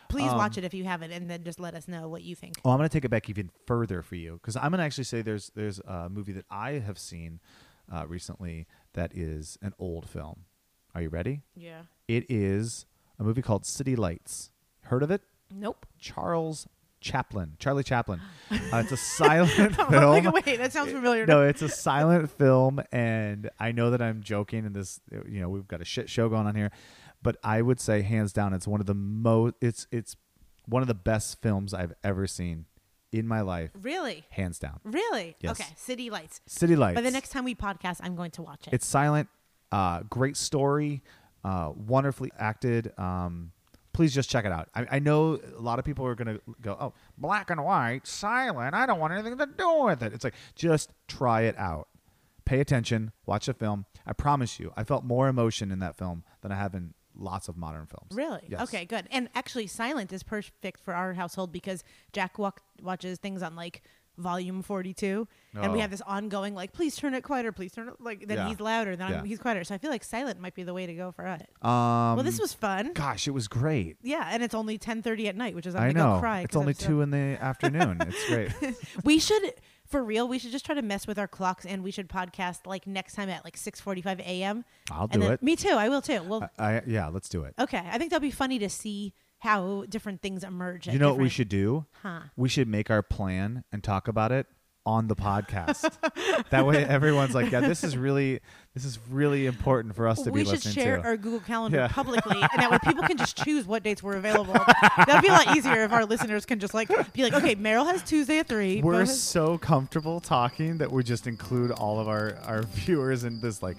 Speaker 3: Please watch it if you haven't, and then just let us know what you think.
Speaker 2: Um, Oh, I'm gonna take it back even further for you because I'm gonna actually say there's there's a movie that I have seen uh, recently that is an old film. Are you ready?
Speaker 3: Yeah.
Speaker 2: It is a movie called City Lights. Heard of it?
Speaker 3: Nope.
Speaker 2: Charles Chaplin, Charlie Chaplin. Uh, it's a silent
Speaker 3: I'm
Speaker 2: film.
Speaker 3: like, wait, that sounds familiar.
Speaker 2: No, it's a silent film, and I know that I'm joking, and this, you know, we've got a shit show going on here, but I would say hands down, it's one of the most, it's it's one of the best films I've ever seen in my life,
Speaker 3: Really?
Speaker 2: hands down.
Speaker 3: Really?
Speaker 2: Yes.
Speaker 3: Okay. City Lights.
Speaker 2: City Lights.
Speaker 3: By the next time we podcast, I'm going to watch it.
Speaker 2: it's silent, uh, great story, uh, wonderfully acted. Um, please just check it out. I, I know a lot of people are gonna go, oh, black and white, silent. I don't want anything to do with it. It's like just try it out. Pay attention, watch the film. I promise you, I felt more emotion in that film than I have in lots of modern films.
Speaker 3: really?
Speaker 2: Yes.
Speaker 3: Okay, good. And actually, Silent is perfect for our household because Jack walk- watches things on like volume 42 and we
Speaker 2: Oh.
Speaker 3: have this ongoing like please turn it quieter please turn it like then
Speaker 2: Yeah.
Speaker 3: he's louder then I'm,
Speaker 2: Yeah.
Speaker 3: he's quieter so i feel like silent might be the way to go for it
Speaker 2: Um,
Speaker 3: well this was fun
Speaker 2: gosh, it was great.
Speaker 3: Yeah, and it's only ten thirty at night, which is I'm
Speaker 2: I
Speaker 3: gonna
Speaker 2: know.
Speaker 3: go cry.
Speaker 2: it's
Speaker 3: 'cause
Speaker 2: only
Speaker 3: I'm so-
Speaker 2: two in the afternoon. It's great.
Speaker 3: We should, for real, we should just try to mess with our clocks, and we should podcast like next time at like six forty-five a.m.
Speaker 2: I'll
Speaker 3: And
Speaker 2: do
Speaker 3: then-
Speaker 2: it.
Speaker 3: Me too. I will too. Well,
Speaker 2: I, yeah, let's do it.
Speaker 3: okay. I think that'll be funny to see how different things emerge. at
Speaker 2: You know what we
Speaker 3: different-
Speaker 2: should do?
Speaker 3: Huh.
Speaker 2: We should make our plan and talk about it on the podcast. that way everyone's like, yeah, this is really this is really important for us to
Speaker 3: we
Speaker 2: be
Speaker 3: should
Speaker 2: listening
Speaker 3: share
Speaker 2: to.
Speaker 3: our Google Calendar
Speaker 2: Yeah.
Speaker 3: publicly, and that way people can just choose what dates were available. That'd be a lot easier if our listeners can just like be like, okay, Meryl has Tuesday at three.
Speaker 2: We're
Speaker 3: Bo has-
Speaker 2: so comfortable talking that we just include all of our our viewers in this like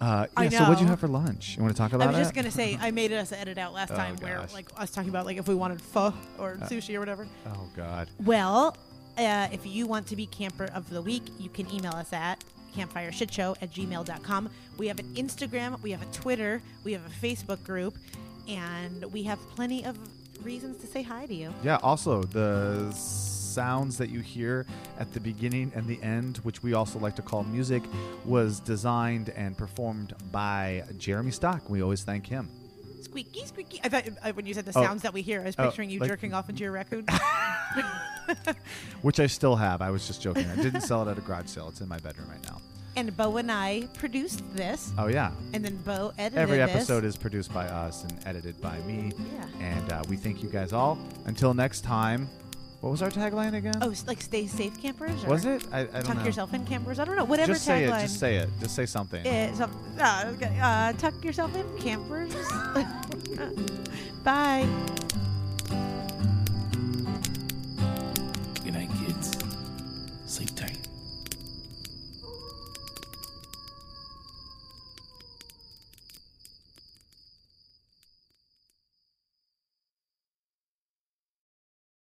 Speaker 2: uh,
Speaker 3: I
Speaker 2: yeah, so what'd you
Speaker 3: know.
Speaker 2: have for lunch? You want to talk
Speaker 3: I
Speaker 2: about
Speaker 3: was just
Speaker 2: it?
Speaker 3: gonna say I made us edit out last time where
Speaker 2: Oh, gosh. Uh.
Speaker 3: like us talking about like if we wanted pho or sushi or whatever.
Speaker 2: oh god.
Speaker 3: Well, uh, if you want to be camper of the week, you can email us at campfireshitshow at gmail.com. We have an Instagram, we have a Twitter, we have a Facebook group, and we have plenty of reasons to say hi to you.
Speaker 2: Yeah, also the sounds that you hear at the beginning and the end, which we also like to call music, was designed and performed by Jeremy Stock. We always thank him.
Speaker 3: Squeaky, squeaky. I thought uh, when you said the
Speaker 2: Oh.
Speaker 3: sounds that we hear, I was
Speaker 2: Oh,
Speaker 3: picturing you
Speaker 2: like-
Speaker 3: jerking off into your raccoon.
Speaker 2: Which I still have. I was just joking. I didn't sell it at a garage sale. It's in my bedroom right now.
Speaker 3: and Bo and I produced this,
Speaker 2: Oh yeah.
Speaker 3: and then Bo edited
Speaker 2: Every
Speaker 3: this.
Speaker 2: episode is produced by us and edited by me.
Speaker 3: Yeah.
Speaker 2: And uh, we thank you guys all. Until next time. What was our tagline again?
Speaker 3: Oh, s- like stay safe, campers. Or
Speaker 2: was it? I, I don't
Speaker 3: Tuck
Speaker 2: know.
Speaker 3: yourself in, campers. I don't know. Whatever
Speaker 2: just say
Speaker 3: tagline.
Speaker 2: it. Just say it. Just say something.
Speaker 3: It's a, uh, okay, uh, tuck yourself in, campers. Bye.
Speaker 1: Good night, kids. Sleep tight.